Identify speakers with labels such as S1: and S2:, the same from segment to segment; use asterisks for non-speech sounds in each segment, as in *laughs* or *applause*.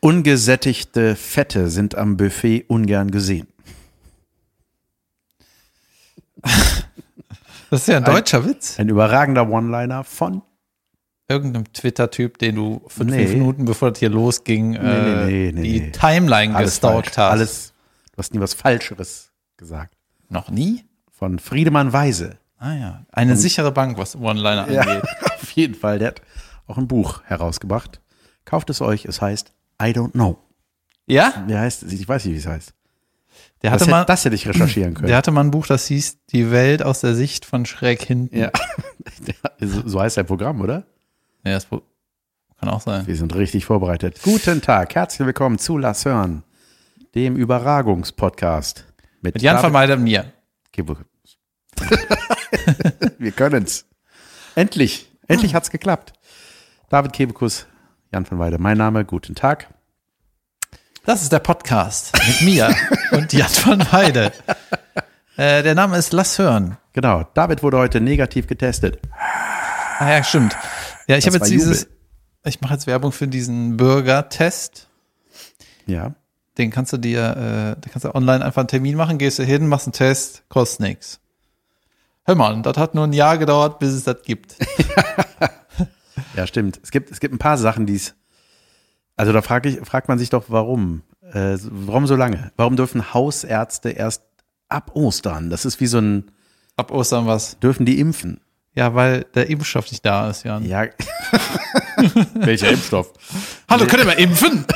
S1: Ungesättigte Fette sind am Buffet ungern gesehen.
S2: Das ist ja ein deutscher Witz.
S1: Ein überragender One-Liner von
S2: Irgendeinem Twitter-Typ, den du fünf,
S1: Nee.
S2: fünf Minuten bevor das hier losging, äh,
S1: nee, nee,
S2: die
S1: nee.
S2: Timeline gestalkt
S1: falsch.
S2: hast.
S1: Alles, du hast nie was Falscheres gesagt.
S2: Noch nie?
S1: Von Friedemann Weise. *laughs*
S2: Ah ja. Eine sichere Bank, was One-Liner angeht.
S1: auf jeden Fall. Der hat auch ein Buch herausgebracht. Kauft es euch. Es heißt I don't know.
S2: Ja?
S1: Wie heißt es? Ich weiß nicht, wie es heißt.
S2: Der
S1: Das
S2: hatte, mal,
S1: hätte, das hätte ich recherchieren können.
S2: der hatte mal ein Buch, das hieß Die Welt aus der Sicht von schräg hinten.
S1: Ja. *laughs* So so heißt sein Programm, oder?
S2: Ja, das Buch- kann auch sein.
S1: Wir sind richtig vorbereitet. Guten Tag, herzlich willkommen zu Lass hören, dem Überragungspodcast.
S2: Mit Jan
S1: David-
S2: Vermeider und mir.
S1: Gebur- *laughs* Wir können's. Endlich, endlich hat's geklappt. David Kebekus, Jan van Weide, mein Name, guten Tag.
S2: Das ist der Podcast mit
S1: *laughs*
S2: mir und Jan van Heide. Äh, der Name ist Lass hören.
S1: Genau, David wurde heute negativ getestet.
S2: Ah ja, stimmt. Ja, ich
S1: Das
S2: habe jetzt
S1: war
S2: dieses,
S1: Jubel.
S2: ich mache jetzt Werbung für diesen Bürgertest.
S1: Ja,
S2: Den kannst du dir, äh, da kannst du online einfach einen Termin machen, gehst du hin, machst einen Test, kostet nix. Hör mal, das hat nur ein Jahr gedauert, bis es das
S1: *laughs*
S2: gibt.
S1: ja, stimmt. Es gibt, es gibt ein paar Sachen, die es. Also da frag ich, fragt man sich doch, warum? Äh, warum so lange? Warum dürfen Hausärzte erst ab Ostern? Das ist wie so ein,
S2: Ab Ostern was.
S1: dürfen die impfen?
S2: Ja, weil der Impfstoff nicht da ist, Jan.
S1: Ja. *laughs* Welcher Impfstoff?
S2: Hallo, könnt ihr
S1: *laughs*
S2: mal impfen?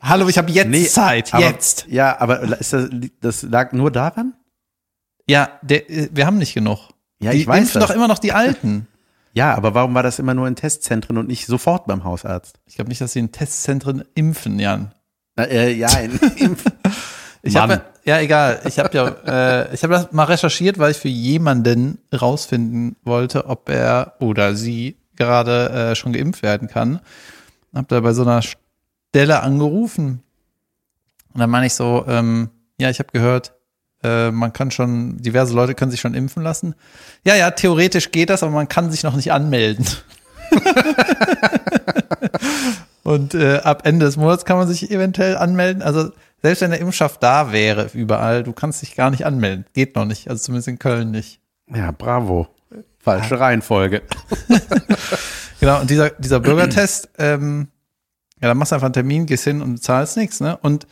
S2: Hallo, ich habe jetzt Zeit,
S1: aber,
S2: jetzt.
S1: Ja, aber ist das, das lag nur daran?
S2: Ja, der, äh, wir haben nicht genug.
S1: Ja,
S2: die
S1: ich weiß
S2: impfen
S1: das.
S2: doch immer noch die Alten.
S1: Ja, aber warum war das immer nur in Testzentren und nicht sofort beim Hausarzt?
S2: Ich glaube nicht, dass sie in Testzentren impfen, Jan.
S1: Na, äh, ja, *laughs* in Impf
S2: Ich
S1: Mann.
S2: habe ja egal. Ich habe ja, äh, ich habe das mal recherchiert, weil ich für jemanden rausfinden wollte, ob er oder sie gerade äh, schon geimpft werden kann. Hab da bei so einer Stelle angerufen und dann meine ich so, ähm, ja, ich habe gehört, äh, man kann schon, diverse Leute können sich schon impfen lassen. Ja, ja, theoretisch geht das, aber man kann sich noch nicht anmelden. Und äh, ab Ende des Monats kann man sich eventuell anmelden. Also selbst wenn der Impfstoff da wäre, überall, du kannst dich gar nicht anmelden. Geht noch nicht, also zumindest in Köln nicht.
S1: ja, bravo. Falsche Reihenfolge.
S2: Genau, und dieser, dieser Bürgertest, *clears throat* ähm, ja, dann machst du einfach einen Termin, gehst hin und zahlst nichts, ne? Und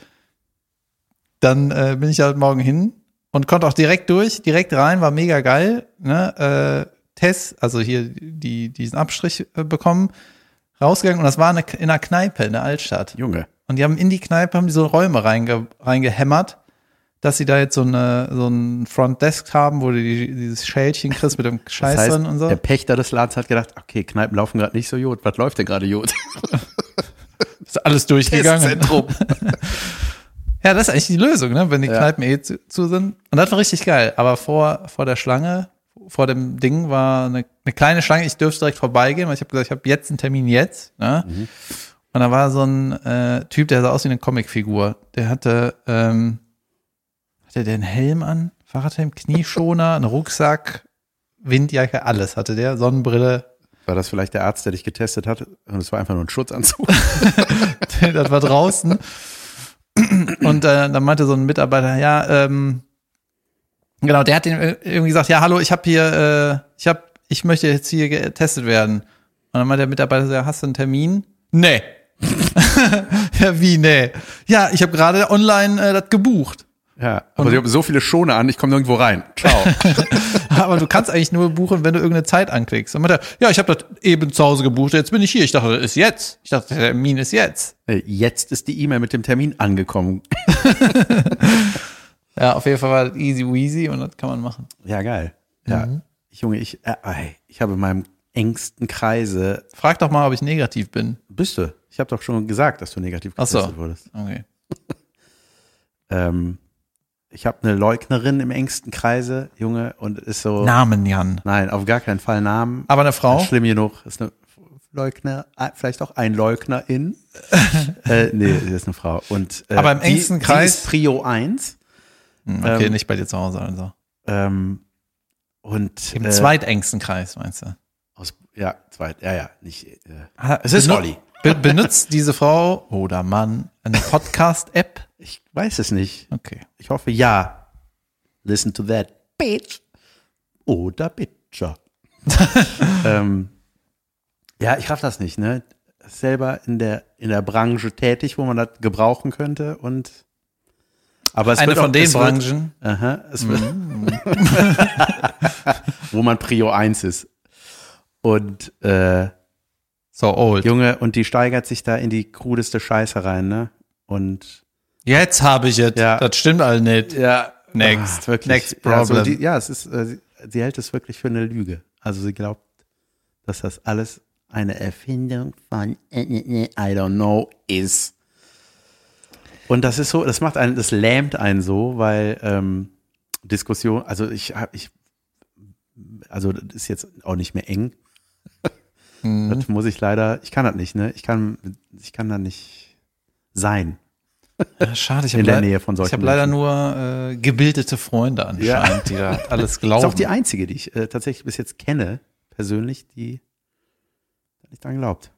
S2: dann äh, bin ich halt morgen hin und konnte auch direkt durch, direkt rein, war mega geil, ne? Äh, Test, also hier die, diesen Abstrich äh, bekommen, rausgegangen und das war eine, in einer Kneipe in der Altstadt.
S1: Junge.
S2: Und die haben in die Kneipe haben die so Räume reinge, reingehämmert, dass sie da jetzt so, eine, so ein Frontdesk haben, wo du die, dieses Schälchen kriegst mit dem Scheiß
S1: Das heißt,
S2: drin und so.
S1: der Pächter des Ladens hat gedacht, okay, Kneipen laufen gerade nicht so jod. Was läuft denn gerade *laughs* jod?
S2: Ist alles durchgegangen.
S1: Testzentrum.
S2: Ja, das ist eigentlich die Lösung, ne? wenn die
S1: Ja.
S2: Kneipen eh zu, zu sind. Und das war richtig geil. Aber vor, vor der Schlange, vor dem Ding war eine, eine kleine Schlange. Ich dürfte direkt vorbeigehen, weil ich habe gesagt, ich habe jetzt einen Termin jetzt. Ne? Und da war so ein äh, Typ, der sah aus wie eine Comicfigur. Der hatte, ähm, hatte der einen Helm an, Fahrradhelm, Knieschoner, einen Rucksack, Windjacke, alles hatte der, Sonnenbrille.
S1: War das vielleicht der Arzt, der dich getestet hat? Und es war einfach nur ein Schutzanzug.
S2: das war draußen. Und äh, dann meinte so ein Mitarbeiter, ja, ähm, genau, der hat den irgendwie gesagt, ja, hallo, ich habe hier, äh, ich habe, ich möchte jetzt hier getestet werden. Und dann meinte der Mitarbeiter, so, ja, hast du einen Termin? Nee. *laughs* ja, wie, nee. Ja, ich habe gerade online äh, das gebucht.
S1: *laughs* Ja, aber sie haben so viele Schone an, ich komme nirgendwo rein. Ciao.
S2: Aber du kannst eigentlich nur buchen, wenn du irgendeine Zeit anklickst. Und meinte, er, ja, ich habe das eben zu Hause gebucht, jetzt bin ich hier. Ich dachte, das ist jetzt. Ich dachte, der Termin ist jetzt.
S1: *laughs* Äh, Jetzt ist die E-Mail mit dem Termin angekommen.
S2: Ja, auf jeden Fall war das easy weasy und das kann man machen.
S1: Ja, geil. Ja.
S2: Mhm.
S1: Ich, Junge, ich, äh, ey, ich habe in meinem engsten Kreise.
S2: Frag doch mal, ob ich negativ bin.
S1: Bist du? Ich habe doch schon gesagt, dass du negativ
S2: Ach so.
S1: getestet wurdest.
S2: Okay.
S1: Ähm, ich habe eine Leugnerin im engsten Kreise, Junge, und ist so.
S2: Namen Jan.
S1: Nein, auf gar keinen Fall Namen.
S2: Aber eine Frau?
S1: Schlimm genug. Ist eine Leugner, äh, vielleicht auch ein
S2: *laughs*
S1: Leugnerin. äh, nee, sie ist eine Frau. Und, äh,
S2: Aber im engsten Kreis-
S1: Die ist Prio 1.
S2: Hm, Okay,
S1: Ähm,
S2: nicht bei dir zu Hause also.
S1: Ähm, und
S2: Im
S1: äh,
S2: zweitengsten Kreis, meinst du?
S1: aus, ja, zweit, ja, ja, nicht. Äh,
S2: Ah,
S1: es ist
S2: benu-
S1: Olli.
S2: *laughs* Be benutzt diese Frau oder Mann
S1: *laughs*
S2: eine Podcast-App?
S1: Ich weiß es nicht.
S2: Okay.
S1: Ich hoffe ja. Listen to that, bitch. Oder
S2: *laughs*
S1: bitcher. ähm, ja, ich raff das nicht, ne? Selber in der, in der Branche tätig, wo man das gebrauchen könnte und aber es
S2: Eine
S1: wird
S2: von
S1: auch-
S2: den
S1: es wird-
S2: Branchen. Mhm.
S1: Aha, es wird, *laughs* wo man Prio 1 ist. Und äh,
S2: So old.
S1: Junge, und die steigert sich da in die krudeste Scheiße rein, ne? Und
S2: Jetzt habe ich es.
S1: Ja.
S2: Das stimmt all nicht. Ja. Next.
S1: Ah, wirklich.
S2: Next
S1: Ja, so
S2: problem.
S1: die, ja es ist, äh, sie, sie hält es wirklich für eine Lüge. Also sie glaubt, dass das alles eine Erfindung von I don't know ist. Und das ist so, das macht einen, das lähmt einen so, weil ähm, Diskussion, also ich, hab- ich, also das ist jetzt auch nicht mehr eng.
S2: Mhm.
S1: Das muss ich leider, ich kann das nicht, ne? Ich kann, ich kann da nicht sein.
S2: Ja, Äh, Schade, ich
S1: In
S2: habe
S1: der
S2: leid-
S1: Nähe von solchen
S2: Ich habe leider
S1: Menschen.
S2: nur äh, gebildete Freunde anscheinend,
S1: *laughs*
S2: die da alles
S1: Ist
S2: glauben.
S1: auch die einzige, die ich äh, tatsächlich bis jetzt kenne, persönlich, die nicht dran glaubt.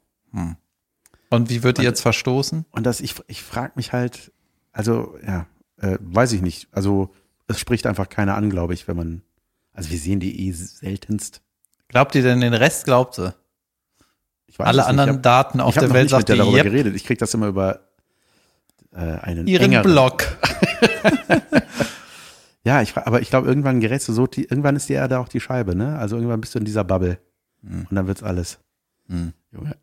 S2: Und wie wird die jetzt verstoßen?
S1: Und das, ich, ich frage mich halt, also, ja, äh, weiß ich nicht. Also, es spricht einfach keiner an, glaube ich, wenn man. Also, wir sehen die eh seltenst.
S2: Glaubt ihr denn den Rest glaubt sie?
S1: Ich weiß
S2: Alle
S1: es nicht.
S2: anderen Daten auf
S1: ich hab, ich
S2: der
S1: hab
S2: Welt
S1: noch nicht mit
S2: sagt
S1: der
S2: ihr
S1: darüber
S2: yep,
S1: geredet. Ich kriege das immer über äh, einen
S2: ihren
S1: engeren.
S2: Blog.
S1: Ja, ich, fra- aber ich glaube, irgendwann gerätst du so, die, irgendwann ist die Erde auch die Scheibe, ne? Also irgendwann bist du in dieser Bubble.
S2: Mhm.
S1: Und dann wird's alles. Junge.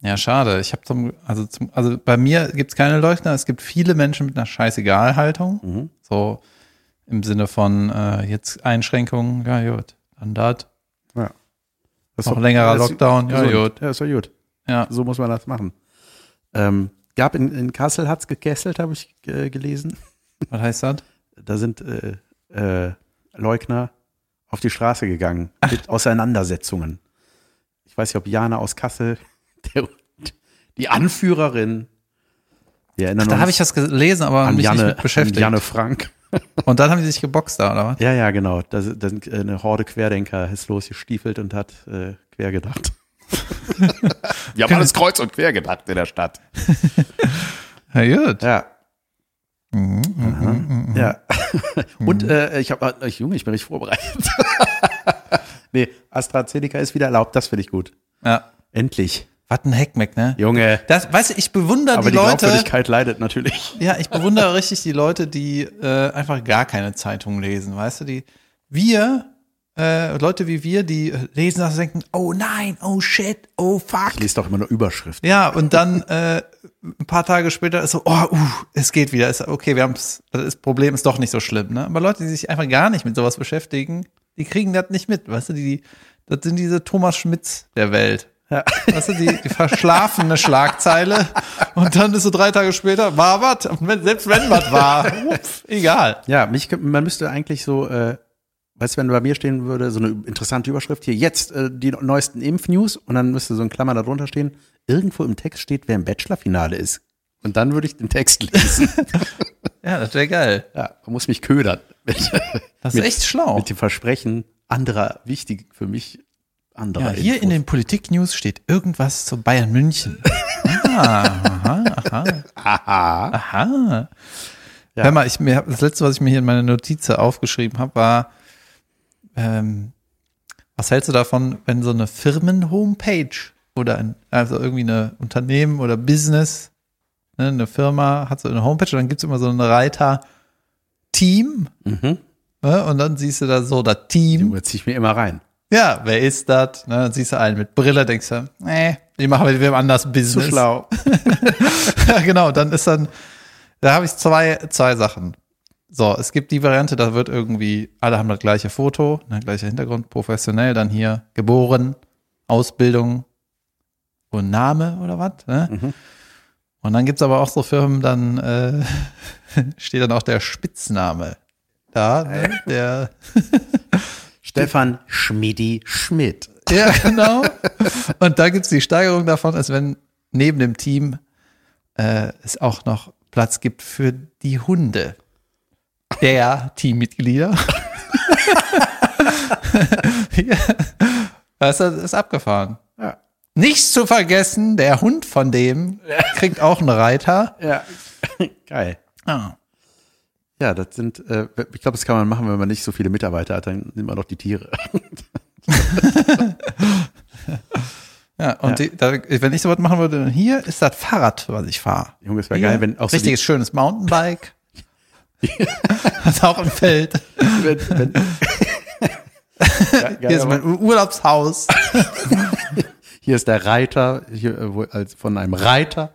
S2: Ja, schade. Ich habe zum, also zum, also bei mir gibt's keine Leugner. Es gibt viele Menschen mit einer Scheißegal-Haltung.
S1: Mhm.
S2: So im Sinne von äh, jetzt Einschränkungen, ja gut, dann dat.
S1: Ja. Das
S2: Noch
S1: doch-
S2: längerer
S1: das ist
S2: Lockdown, ja,
S1: gesund.
S2: gut.
S1: Ja, ist doch gut.
S2: Ja.
S1: So muss man das machen. Ähm, gab in, in Kassel hat's gekesselt, habe ich äh, gelesen.
S2: Was heißt das?
S1: Da sind äh, äh, Leugner auf die Straße gegangen mit Auseinandersetzungen. Ich weiß nicht, ob Jana aus Kassel, *laughs* der, die Anführerin, wir erinnern
S2: Da
S1: uns
S2: habe ich das gelesen, aber
S1: an
S2: mich
S1: Janne,
S2: nicht mit beschäftigt.
S1: an Janne Frank.
S2: Und dann haben die sich geboxt da, oder was?
S1: Ja, ja, genau. Da sind da sind, äh, eine Horde Querdenker ist losgestiefelt und hat äh, quer
S2: *laughs*
S1: gedacht.
S3: Die haben alles kreuz und quer gedacht in der Stadt.
S2: Ja, gut.
S1: Ja, Mhm, *laughs* Ja. Und äh, ich habe, äh, Junge, ich bin richtig vorbereitet. *laughs* nee, AstraZeneca ist wieder erlaubt, das finde ich gut.
S2: Ja.
S1: Endlich.
S2: Was ein Heckmeck, ne?
S1: Junge.
S2: Das, weißt du, ich bewundere
S1: Aber
S2: die
S1: die,
S2: Leute.
S1: Glaubwürdigkeit leidet natürlich.
S2: Ja, ich bewundere richtig die Leute, die äh, einfach gar keine Zeitung lesen, weißt du? Die wir äh, Leute wie wir, die äh, lesen das und denken, oh nein, oh shit, oh fuck.
S1: Ich lese doch immer nur Überschriften.
S2: Ja, und dann äh, ein paar Tage später ist so, oh, uh, es geht wieder. Ist, okay, wir haben's, also das Problem ist doch nicht so schlimm, ne? Aber Leute, die sich einfach gar nicht mit sowas beschäftigen, die kriegen das nicht mit, weißt du, die, das sind diese Thomas Schmitz der Welt. Ja. Weißt du, die, die verschlafene Schlagzeile und dann ist so drei Tage später, war was? Und wenn- Selbst wenn was war, upf, egal.
S1: Ja, mich, kö- man müsste eigentlich so, äh, weißt du, wenn bei mir stehen würde, so eine interessante Überschrift hier, jetzt äh, die neuesten Impfnews und dann müsste so ein Klammer darunter stehen, irgendwo im Text steht, wer im Bachelorfinale ist. Und dann würde ich den Text *laughs* lesen.
S2: Ja, das wäre geil.
S1: ja, man muss mich *laughs* ködern.
S2: Das ist
S1: Mit-
S2: echt schlau.
S1: Mit dem Versprechen anderer, wichtig für mich,
S2: Ja,
S1: anderer.
S2: hier in den Politik-News steht irgendwas zu Bayern München. Ah, aha, aha.
S1: Aha.
S2: Aha.
S1: Ja.
S2: Hör mal, ich, mir, das letzte, was ich mir hier in meiner Notiz aufgeschrieben habe, war, ähm, was hältst du davon, wenn so eine Firmen-Homepage oder ein, also irgendwie eine Unternehmen oder Business, ne, eine Firma hat so eine Homepage und dann gibt's immer so einen Reiter Team
S1: Mhm.
S2: ne, und dann siehst du da so das Team.
S1: Junge, zieh ich mir immer rein.
S2: Ja, wer ist das? Ne, dann siehst du einen mit Brille, denkst du, nee, die machen mit wem anders Business. *laughs* Ja, genau, dann ist dann, da habe ich zwei, zwei Sachen. So, es gibt die Variante, da wird irgendwie, alle haben das gleiche Foto, ne, gleicher Hintergrund, professionell, dann hier geboren, Ausbildung und Name oder was. Ne? Und dann gibt's aber auch so Firmen, dann äh, *laughs* steht dann auch der Spitzname. Da, ne? der,
S1: Stefan Schmidi Schmidt.
S2: ja, *laughs* genau. Und da gibt's die Steigerung davon, als wenn neben dem Team äh, es auch noch Platz gibt für die Hunde der Teammitglieder. *laughs* ja. Weißt du, Also, das ist abgefahren.
S1: Ja.
S2: Nicht zu vergessen, der Hund von dem kriegt auch einen Reiter.
S1: Ja. *laughs* Geil.
S2: Ah.
S1: Ja, das sind, äh, ich glaube, das kann man machen, wenn man nicht so viele Mitarbeiter hat, dann nimmt man doch die Tiere. *laughs*
S2: Ja, und Die, da, wenn ich sowas machen würde, hier ist das Fahrrad, was ich fahre.
S1: Junge, es wäre geil, wenn auch so
S2: Richtiges
S1: *laughs*
S2: schönes Mountainbike. Hat auch ein Feld.
S1: die, wenn, *laughs*
S2: *laughs*
S1: wenn, ja, geil,
S2: Hier ist
S1: aber-
S2: mein Ur- Urlaubshaus.
S1: Hier ist der Reiter, hier, äh, wo, als von einem Reiter.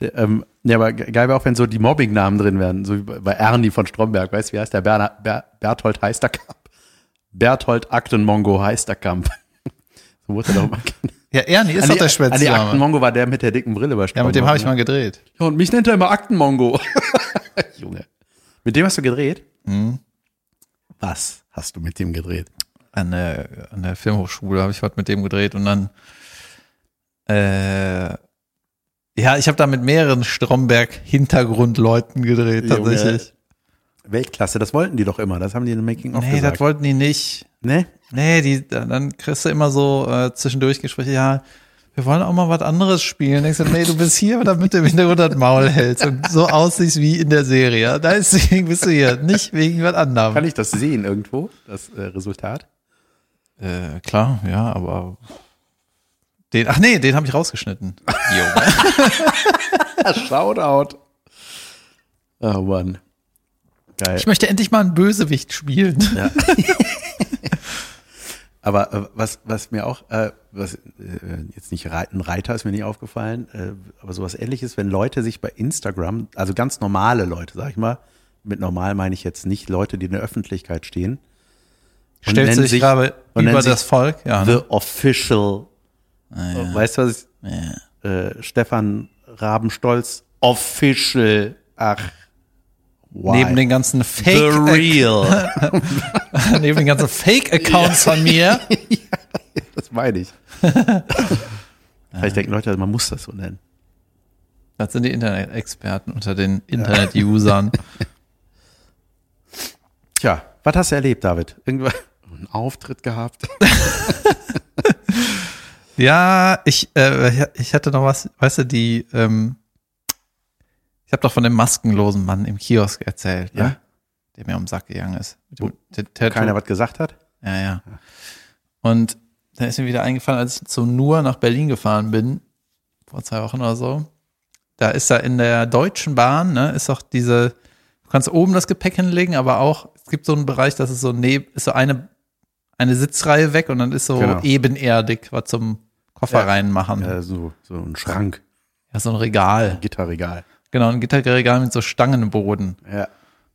S1: Der, ähm, ja, aber ge- geil wäre auch, wenn so die Mobbing-Namen drin wären, so wie bei bei Ernie von Stromberg, weißt du, wie heißt der? Berner, Ber, Berthold Heisterkamp. Berthold Aktenmongo Heisterkamp. *laughs* so wurde er doch
S2: *laughs*
S1: mal genannt.
S2: Ja, Ernie ist doch
S1: Andy-
S2: der
S1: Andy
S2: Schwätzjahre.
S1: Aktenmongo war der mit der dicken Brille bei
S2: Ja,
S1: Stromberg. ne?
S2: mit dem habe ich mal gedreht.
S1: Ja, und mich nennt er immer Aktenmongo. *laughs* Junge. Mit dem hast du gedreht?
S2: Mhm.
S1: Was hast du mit dem gedreht?
S2: An der, an der Filmhochschule habe ich was mit dem gedreht und dann äh, ja, ich habe da mit mehreren Stromberg-Hintergrundleuten gedreht,
S1: Junge.
S2: tatsächlich.
S1: Weltklasse, das wollten die doch immer. Das haben die in den Making-of
S2: Nee, das
S1: gesagt. Ne?
S2: wollten die nicht.
S1: nee?
S2: Nee, die, dann dann kriegst du immer so äh, zwischendurch Gespräche, ja, wir wollen auch mal was anderes spielen. Denkst du, nee, du bist hier, damit du im Hintergrund das Maul hältst und so aussiehst wie in der Serie. Da ist, deswegen bist du hier, nicht wegen was
S1: Kann
S2: anderem.
S1: ich das sehen irgendwo, das äh, Resultat?
S2: Äh, klar, ja, aber den, ach nee, den habe ich rausgeschnitten.
S1: Shoutout. Oh Mann. Geil.
S2: Ich möchte endlich mal einen Bösewicht spielen. *laughs*
S1: Aber äh, was, was mir auch, äh, was äh, jetzt nicht Rei- ein Reiter ist mir nicht aufgefallen, äh, aber sowas ähnliches, wenn Leute sich bei Instagram, also ganz normale Leute, sag ich mal, mit normal meine ich jetzt nicht Leute, die in der Öffentlichkeit stehen, und
S2: Stellst du
S1: nennen
S2: dich gerade
S1: und
S2: über
S1: nennen sich
S2: das Volk? Ja.
S1: The
S2: ne?
S1: Official. Weißt du, was ich, äh, Stefan Rabenstolz, Official. Ach. Why?
S2: Neben den ganzen
S1: The *laughs*
S2: Fake,
S1: Real.
S2: *laughs* neben den ganzen
S1: *laughs*
S2: Fake-Accounts von mir.
S1: das meine *laughs* ich. Vielleicht denken Leute, also man muss das so nennen.
S2: Das sind die Internet-Experten unter den Internet-Usern.
S1: Tja, was hast du erlebt, David? Irgendwann *laughs* einen Auftritt gehabt?
S2: Ja, ich, äh, ich hatte noch was, weißt du, die, ähm, ich habe doch von dem maskenlosen Mann im Kiosk erzählt,
S1: Ja.
S2: ne? der mir um den Sack gegangen ist. Mit dem T- Tattoo.
S1: Keiner was gesagt hat?
S2: Ja, ja. Und dann ist mir wieder eingefallen, als ich zu Nur nach Berlin gefahren bin, vor zwei Wochen oder so, da ist da in der Deutschen Bahn, ne, ist doch diese, du kannst oben das Gepäck hinlegen, aber auch, es gibt so einen Bereich, das ist so neb, ist so eine, eine Sitzreihe weg und dann ist so
S1: Genau.
S2: ebenerdig, was zum Koffer
S1: Ja.
S2: reinmachen. Ja.
S1: Ja, so, so ein Schrank,
S2: so ein Regal.
S1: Gitterregal.
S2: Genau, ein Gitterregal mit so Stangenboden.
S1: Ja.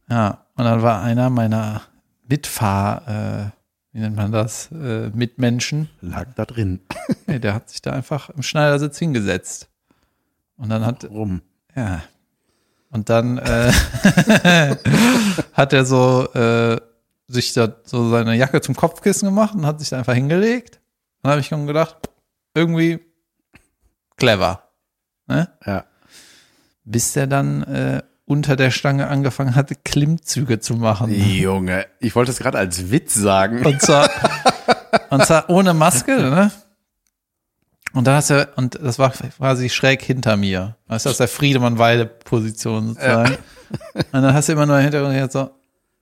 S2: Ja, und dann war einer meiner Mitfahr, äh, wie nennt man das, äh, Mitmenschen,
S1: Lag da drin.
S2: Nee, der hat sich da einfach im Schneidersitz hingesetzt. Und dann hat,
S1: Rum.
S2: ja. Und dann äh, *laughs* hat er so äh, sich da so seine Jacke zum Kopfkissen gemacht und hat sich da einfach hingelegt. Dann habe ich schon gedacht, irgendwie clever. Ne?
S1: Ja.
S2: Bis er dann äh, unter der Stange angefangen hatte, Klimmzüge zu machen.
S1: Junge, ich wollte es gerade als Witz sagen.
S2: Und zwar, und zwar ohne Maske, ne? Und da hast du, und das war quasi schräg hinter mir. Weißt du, aus der Friedemann-Weide-Position sozusagen. Und dann hast du immer nur im Hintergrund gehört, so,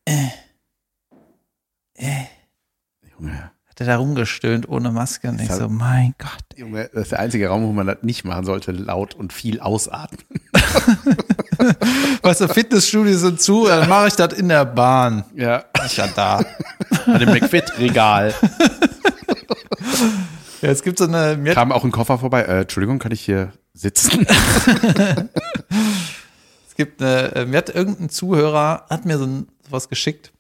S2: äh,
S1: Junge,
S2: hat er da rumgestöhnt ohne Maske und ich
S1: hab-
S2: so, mein Gott.
S1: Junge, das ist der einzige Raum, wo man das nicht machen sollte, laut und viel ausatmen.
S2: Weißt du, Fitnessstudios sind zu, dann mache ich das in der Bahn.
S1: Ja.
S2: Ist ja da.
S1: Bei dem McFit-Regal.
S2: Ja, es gibt so eine, mir
S1: *laughs*
S2: hat,
S1: Kam auch ein Koffer vorbei. Äh, Entschuldigung, kann ich hier sitzen?
S2: es gibt eine, äh, mir hat irgendein Zuhörer, hat mir so ein, sowas geschickt.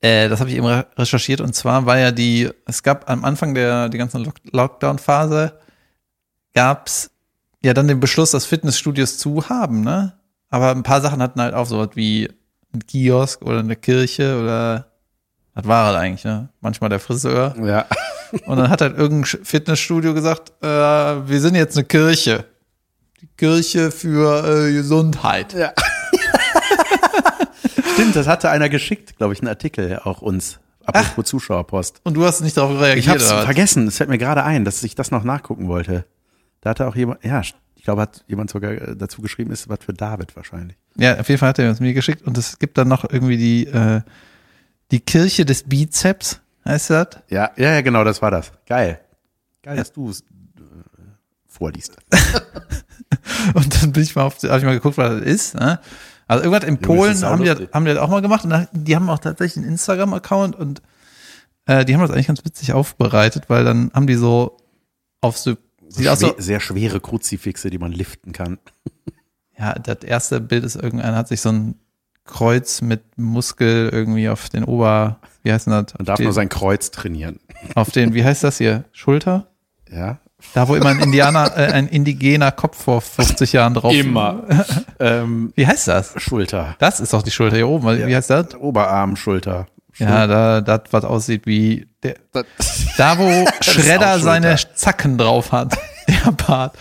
S2: Äh, das habe ich eben re- recherchiert und zwar war ja die, es gab am Anfang der die ganzen Lock Lockdown-Phase gab's ja dann den Beschluss, dass Fitnessstudios zu haben, ne? Aber ein paar Sachen hatten halt auch sowas wie ein Kiosk oder eine Kirche oder was war halt eigentlich, ne? Manchmal der Friseur.
S1: *laughs* ja.
S2: Und dann hat halt irgendein Sch- Fitnessstudio gesagt, äh, wir sind jetzt eine Kirche. Die Kirche für äh, Gesundheit.
S1: Stimmt, das hatte einer geschickt, glaube ich, einen Artikel auch uns. Apropos Zuschauerpost.
S2: Und du hast nicht darauf reagiert.
S1: Ich hab's
S2: oder was?
S1: vergessen. Es fällt mir gerade ein, dass ich das noch nachgucken wollte. Da hatte auch jemand, ja, ich glaube, hat jemand sogar äh, dazu geschrieben, ist was für David wahrscheinlich.
S2: Ja, auf jeden Fall hat er es mir geschickt und es gibt dann noch irgendwie die, äh, die Kirche des Bizeps, heißt das?
S1: Ja, ja, ja, genau, das war das. Geil. Geil, dass du es äh, vorliest.
S2: Und dann bin ich mal auf, habe ich mal geguckt, was das ist. Ne? Also irgendwas in
S1: ist
S2: Polen
S1: sau
S2: haben die, das-
S1: lustig.
S2: haben die das auch mal gemacht und dann, die haben auch tatsächlich einen Instagram-Account und äh, die haben das eigentlich ganz witzig aufbereitet, weil dann haben die so auf so, sieht aus so,
S1: Schwe- sehr schwere Kruzifixe, die man liften kann.
S2: ja, das erste Bild ist irgendeiner hat sich so ein Kreuz mit Muskel irgendwie auf den Ober, wie heißt denn das?
S1: Man darf
S2: den,
S1: nur sein Kreuz trainieren.
S2: auf den, wie heißt das hier? Schulter?
S1: Ja.
S2: Da, wo immer ein
S1: *laughs*
S2: Indianer, äh, ein indigener Kopf vor 50 Jahren drauf.
S1: Immer. *laughs* ähm,
S2: Wie heißt das?
S1: Schulter.
S2: Das ist doch die Schulter hier oben. weil-
S1: Ja.
S2: Wie heißt das?
S1: Oberarm, Schulter.
S2: Ja, da, das, was aussieht wie der,
S3: Das,
S1: *laughs*
S2: da, wo Shredder
S1: Schulter.
S2: seine Zacken drauf hat. *laughs* Der Part.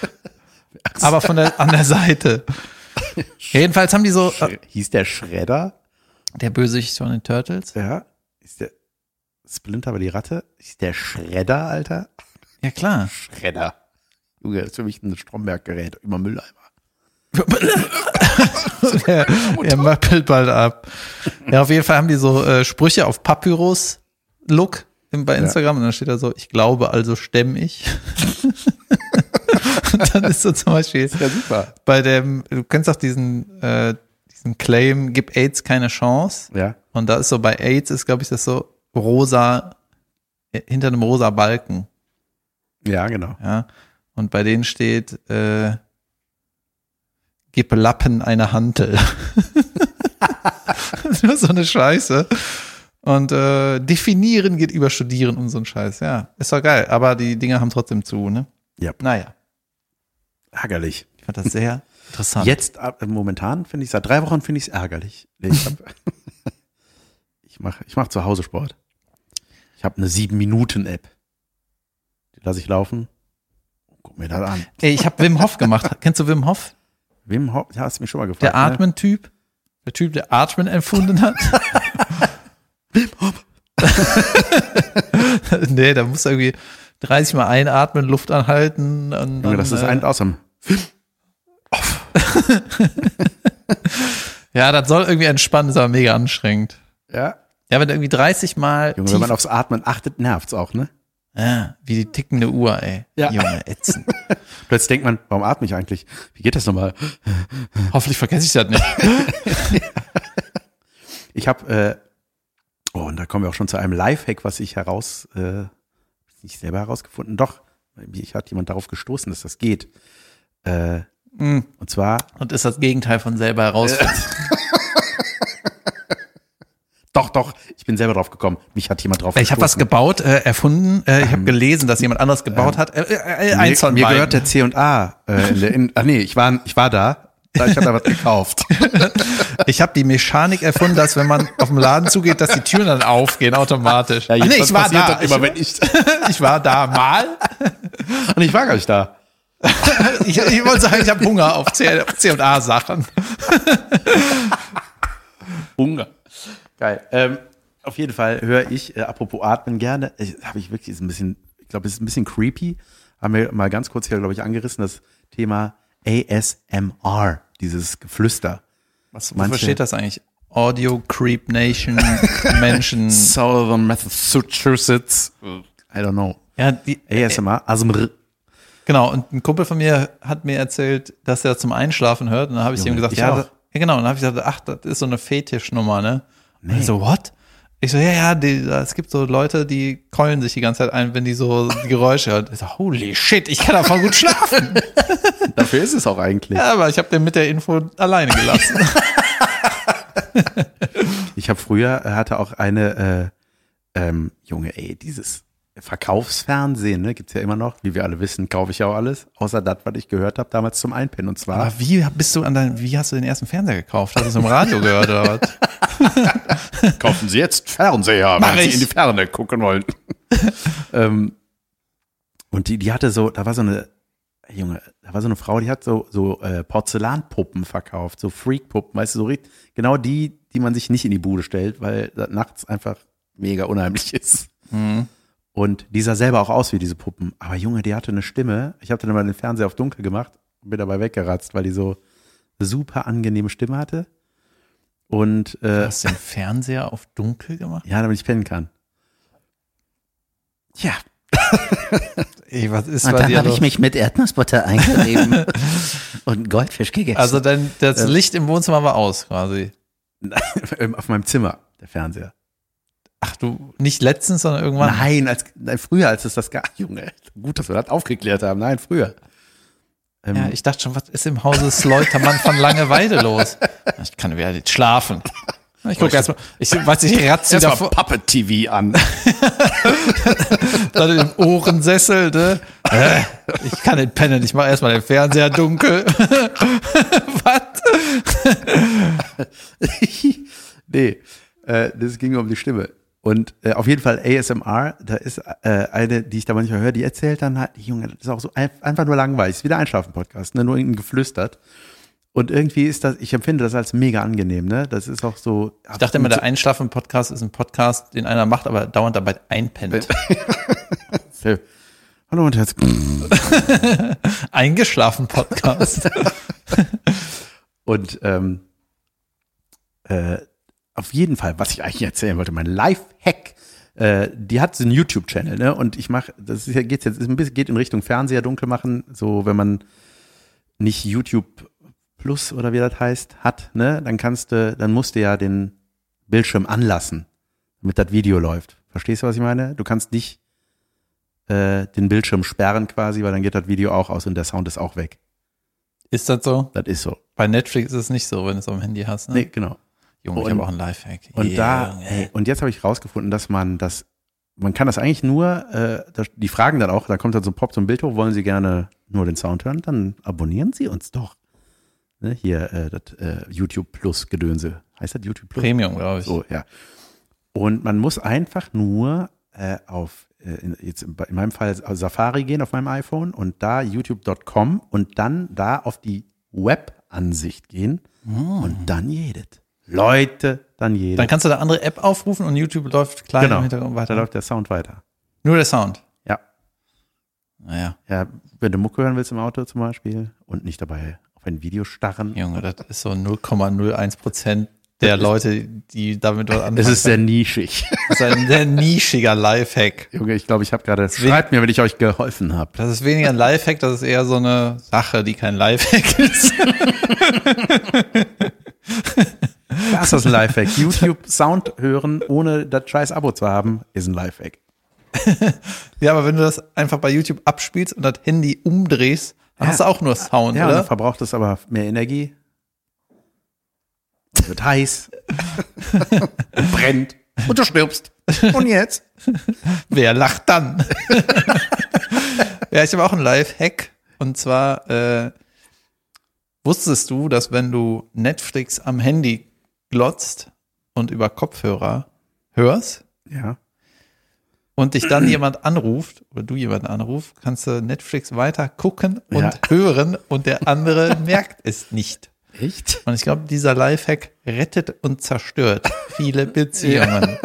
S2: Aber von der, an der
S1: *laughs*
S2: Seite. Jedenfalls haben die so, äh,
S1: Sch- Hieß der Schredder?
S2: der Bösewicht von den Turtles.
S1: Ja. Ist der Splinter war die Ratte? Ist der Schredder, Alter?
S2: Ja, klar.
S1: Schredder. Junge, das ist für mich ein Stromberggerät über Mülleimer.
S2: *laughs* Der, der möppelt bald ab. Ja, auf jeden Fall haben die so äh, Sprüche auf Papyrus-Look im- bei Instagram und dann steht da so, ich glaube, also stemme ich. *laughs* und dann ist so zum Beispiel
S1: Ja, super.
S2: bei dem, du kennst doch diesen, äh, diesen Claim, gib AIDS keine Chance.
S1: Ja.
S2: Und da ist so bei AIDS ist, glaube ich, das so rosa, äh, hinter einem rosa Balken,
S1: Ja, genau.
S2: ja. Und bei denen steht, äh, gib Lappen eine Hantel. *laughs* Nur so eine Scheiße. Und äh, definieren geht über studieren und so ein Scheiß, ja. Ist doch geil, aber die Dinger haben trotzdem zu, ne?
S1: Ja.
S2: Naja,
S1: Ärgerlich.
S2: ich fand das sehr interessant.
S1: Jetzt, ab- momentan finde ich seit drei Wochen finde ich es ärgerlich. Nee, Ich, hab- *laughs* ich mache ich mach zu Hause Sport. Ich habe eine sieben minuten app Die lasse ich laufen. Guck mir das an.
S2: Ey, ich habe Wim
S1: *laughs*
S2: Hof gemacht. Kennst du Wim Hof?
S1: Wim Hof, ja, hast du mich schon mal gefragt.
S2: Der
S1: Ne?
S2: Atmen-Typ. Der Typ, der Atmen empfunden hat. *laughs* Wim Hof. nee, da musst du irgendwie 30 Mal einatmen, Luft anhalten. Und dann,
S1: Junge, das ist
S2: äh,
S1: ein awesome.
S2: ja, das soll irgendwie entspannen, ist aber mega anstrengend.
S1: Ja.
S2: Ja, wenn du irgendwie 30 Mal
S1: Junge,
S2: tief,
S1: wenn man aufs Atmen achtet, nervt's auch, ne?
S2: ja, wie die tickende Uhr, ey.
S1: Ja.
S2: Junge, ätzend.
S1: Plötzlich denkt man, warum atme ich eigentlich? Wie geht das nochmal?
S2: *laughs* Hoffentlich vergesse ich das nicht.
S1: Ich habe, äh, oh, und da kommen wir auch schon zu einem Lifehack, was ich heraus, äh, nicht selber herausgefunden, doch, ich hat jemand darauf gestoßen, dass das geht. Äh,
S2: Mm.
S1: und zwar
S2: Und ist das Gegenteil von selber herausfinden.
S1: Doch, doch, ich bin selber drauf gekommen. Mich hat jemand drauf
S2: Ich habe was
S1: gestoßen.
S2: gebaut, äh, erfunden. Äh, ich habe gelesen, dass jemand anders gebaut hat. Äh, äh, äh, eins
S1: Ähm, mir,
S2: von
S1: mir
S2: beiden.
S1: gehört der C&A. Äh, in der in, ah nee, ich war, ich war da. Da- Ich habe da was gekauft.
S2: Ich habe die Mechanik erfunden, dass wenn man auf dem Laden zugeht, dass die Türen dann aufgehen
S1: *laughs*
S2: automatisch.
S1: Ja,
S2: Ah, nee,
S1: jedenfalls
S2: ich war
S1: passiert
S2: da.
S1: das Immer, wenn *laughs* ich,
S2: ich, ich war da mal.
S1: und ich war gar nicht da.
S2: Ich, ich wollte sagen, ich habe Hunger auf C- C&A-Sachen.
S1: Hunger. Geil. Ähm, auf jeden Fall höre ich, äh, apropos Atmen gerne, habe ich wirklich ist ein bisschen, ich glaube, es ist ein bisschen creepy. Haben wir mal ganz kurz hier, glaube ich, angerissen, das Thema ASMR, dieses Geflüster.
S2: Was
S1: Manche-
S2: versteht das eigentlich? Audio Creep Nation
S1: *laughs*
S2: Menschen.
S1: Southern Massachusetts. I don't know.
S2: Ja, die,
S1: ASMR, ASMR.
S2: genau. Und ein Kumpel von mir hat mir erzählt, dass er zum Einschlafen hört. Und dann habe ich
S1: Junge,
S2: ihm gesagt,
S1: ich
S2: ja,
S1: auch.
S2: das- ja, genau. Und dann habe ich gesagt, ach, das ist so eine Fetischnummer, ne? Und er so, what? Ich so, ja, ja, die, da- es gibt so Leute, die keulen sich die ganze Zeit ein, wenn die so die Geräusche hören. Ich so, holy shit, ich kann davon gut schlafen. *laughs*
S1: Dafür ist es auch eigentlich.
S2: ja, aber ich habe den mit der Info alleine gelassen.
S1: Ich habe früher äh, hatte auch eine äh, ähm, Junge, ey, dieses Verkaufsfernsehen, ne, gibt's ja immer noch. Wie wir alle wissen, kaufe ich ja auch alles, außer das, was ich gehört habe damals zum Einpennen. Und zwar
S2: *laughs* aber wie bist du an dein, wie hast du den ersten Fernseher gekauft? Hast du es im Radio gehört oder was?
S3: kaufen Sie jetzt Fernseher,
S2: Mach
S3: wenn Sie
S2: ich.
S3: in die Ferne gucken wollen.
S1: *laughs* ähm, und die, die hatte so, da war so eine Junge, da war so eine Frau, die hat so so äh, Porzellanpuppen verkauft, so Freakpuppen, weißt du, so richtig, genau die, die man sich nicht in die Bude stellt, weil das nachts einfach mega unheimlich ist.
S3: Mhm.
S1: Und die sah selber auch aus wie diese Puppen. Aber Junge, die hatte eine Stimme. Ich habe dann immer den Fernseher auf dunkel gemacht und bin dabei weggeratzt, weil die so eine super angenehme Stimme hatte. Und
S2: Du
S1: äh,
S2: *laughs* hast den Fernseher auf dunkel gemacht?
S1: ja, damit ich pennen kann. Ja,
S2: Ey, was ist
S4: Und
S2: bei
S4: dann
S2: dir
S4: habe
S2: los?
S4: ich mich mit
S1: *laughs*
S4: Erdnussbutter eingerieben und einen Goldfisch gegessen.
S2: Also dein, das Licht im Wohnzimmer war aus quasi.
S1: ähm, auf meinem Zimmer, der Fernseher.
S2: Ach du, nicht letztens, sondern irgendwann.
S1: Nein, als, nein, früher, als es das gab. *laughs* Junge, gut, dass wir das aufgeklärt haben. Nein, früher. Ähm,
S2: Ja, ich dachte schon, was ist im Hause Sleutermann von Langeweile los? Ich kann wieder nicht schlafen. Ich gucke erstmal, ich weiß nicht, ich ratze wieder
S3: Erstmal
S2: vor,
S3: Puppet TV an.
S2: dann im Ohrensessel, ne? Äh, Ich kann nicht pennen, ich mache erstmal den Fernseher dunkel. *laughs* was?
S1: *laughs* nee, äh, das ging um die Stimme. Und äh, auf jeden Fall ASMR, da ist äh, eine, die ich da manchmal höre, die erzählt dann halt, Junge, das ist auch so ein, einfach nur langweilig, ist wieder Einschlafen-Podcast, ne? nur irgendein geflüstert. Und irgendwie ist das, ich empfinde das als mega angenehm, ne? Das ist auch so.
S2: Ich dachte immer, der Einschlafen-Podcast ist ein Podcast, den einer macht, aber dauernd dabei einpennt.
S1: Hallo und herzlich. *laughs*
S2: Eingeschlafen-Podcast.
S1: Und ähm, äh, auf jeden Fall, was ich eigentlich erzählen wollte, mein Live-Hack, äh, die hat so einen YouTube-Channel, ne? Und ich mache, das ist ja, geht's jetzt, ist ein bisschen, geht in Richtung Fernseher dunkel machen, so wenn man nicht YouTube Plus oder wie das heißt, hat, ne? Dann kannst du, dann musst du ja den Bildschirm anlassen, damit das Video läuft. Verstehst du, was ich meine? Du kannst nicht äh, den Bildschirm sperren quasi, weil dann geht das Video auch aus und der Sound ist auch weg.
S2: Ist das so?
S1: Das ist so.
S2: Bei Netflix ist es nicht so, wenn du es am Handy hast. Ne?
S1: Nee, genau.
S2: Junge, ich
S1: und-
S2: habe auch einen Lifehack.
S1: Und da,
S2: Junge.
S1: ey, und jetzt habe ich rausgefunden, dass man das, man kann das eigentlich nur, äh, das, die fragen dann auch, da kommt dann so Pop, so ein Bild hoch, wollen Sie gerne nur den Sound hören, dann abonnieren Sie uns doch. Ne, hier, äh, das äh, YouTube Plus Gedönse. Heißt das YouTube Plus?
S2: Premium, glaube ich.
S1: So, ja. Und man muss einfach nur äh, auf, äh, in, jetzt in, in meinem Fall auf Safari gehen auf meinem iPhone und da youtube.com und dann da auf die Web-Ansicht gehen
S2: Ah.
S1: und dann jedet. Leute, dann jedet.
S2: Dann kannst du eine andere App aufrufen und YouTube läuft klein
S1: Genau.
S2: im Hintergrund
S1: Da
S2: weiter.
S1: läuft der Sound weiter.
S2: Nur der Sound.
S1: Ja.
S2: Naja,
S1: ja. Wenn du Mucke hören willst im Auto zum Beispiel und nicht dabei auf ein Video starren.
S2: Junge, das ist so 0,01 Prozent der Leute, die damit *laughs* was anfangen.
S1: Es ist sehr nischig. *laughs*
S2: Das ist ein sehr nischiger Lifehack.
S1: Junge, ich glaube, ich habe gerade. Schreibt mir, wenn ich euch geholfen habe.
S2: Das ist weniger ein Lifehack, das ist eher so eine Sache, die kein Lifehack *laughs* ist.
S1: Das ist ein *laughs* Lifehack. YouTube Sound hören, ohne das scheiß Abo zu haben, ist ein Lifehack.
S2: Ja, aber wenn du das einfach bei YouTube abspielst und das Handy umdrehst, dann
S1: Ja.
S2: hast du auch nur Sound,
S1: Ja, und dann
S2: oder?
S1: verbraucht es aber mehr Energie. Es Wird heiß. *laughs*
S3: Brennt. Und du stirbst.
S1: Und jetzt?
S2: Wer lacht dann? *laughs* ja, ich habe auch einen Live-Hack. Und zwar äh, wusstest du, dass wenn du Netflix am Handy glotzt und über Kopfhörer hörst
S1: Ja.
S2: und dich dann jemand anruft oder du jemanden anrufst, kannst du Netflix weiter gucken und
S1: Ja.
S2: hören und der andere *laughs* merkt es nicht.
S1: Echt?
S2: Und ich glaube, dieser Lifehack rettet und zerstört viele Beziehungen.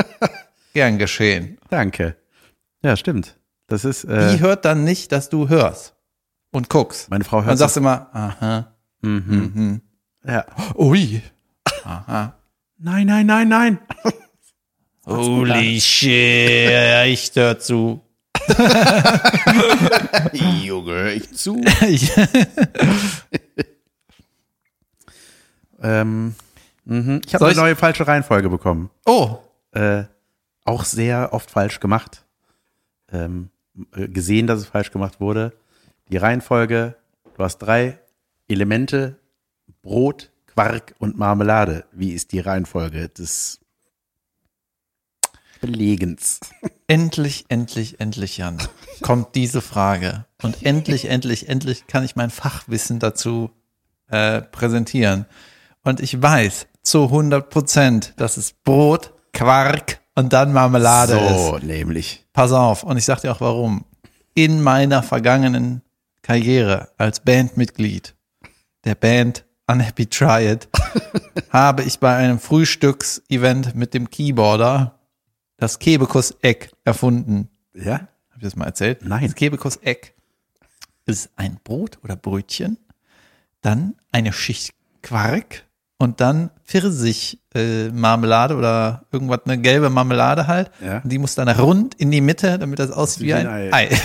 S2: Gern geschehen.
S1: Danke. Ja, stimmt. Das ist.
S2: Die
S1: Äh,
S2: hört dann nicht, dass du hörst und guckst.
S1: meine Frau
S2: Dann
S1: hört.
S2: sagst du immer, aha,
S1: mhm.
S2: mhm.
S1: Ja.
S2: ui, aha,
S1: Nein, nein, nein, nein.
S2: holy shit, ja, ich hör zu.
S3: Junge, ich zu.
S2: Ich-
S1: Ähm, mhm. Ich habe
S2: Soll
S1: eine
S2: ich-
S1: neue falsche Reihenfolge bekommen.
S2: *laughs* oh,
S1: Äh, auch sehr oft falsch gemacht. Ähm, äh, gesehen, dass es falsch gemacht wurde. Die Reihenfolge, du hast drei Elemente, Brot, Quark und Marmelade. Wie ist die Reihenfolge des Belegens?
S2: endlich, endlich, endlich, Jan, kommt diese Frage. Und endlich, endlich, endlich kann ich mein Fachwissen dazu äh, präsentieren. Und ich weiß zu 100 Prozent, dass es Brot, Quark und dann Marmelade ist.
S1: so, nämlich.
S2: Pass auf, und ich sag dir auch warum. In meiner vergangenen Karriere als Bandmitglied der Band Unhappy Try It habe ich bei einem Frühstücksevent mit dem Keyboarder das Kebekus-Eck erfunden.
S1: Ja?
S2: Hab ich das mal erzählt?
S1: Nein.
S2: Das Kebekus-Eck ist ein Brot oder Brötchen, dann eine Schicht Quark und dann Pfirsich-Marmelade oder irgendwas, eine gelbe Marmelade halt.
S1: Ja.
S2: Und die muss dann rund in die Mitte, damit das aussieht wie ein Ei.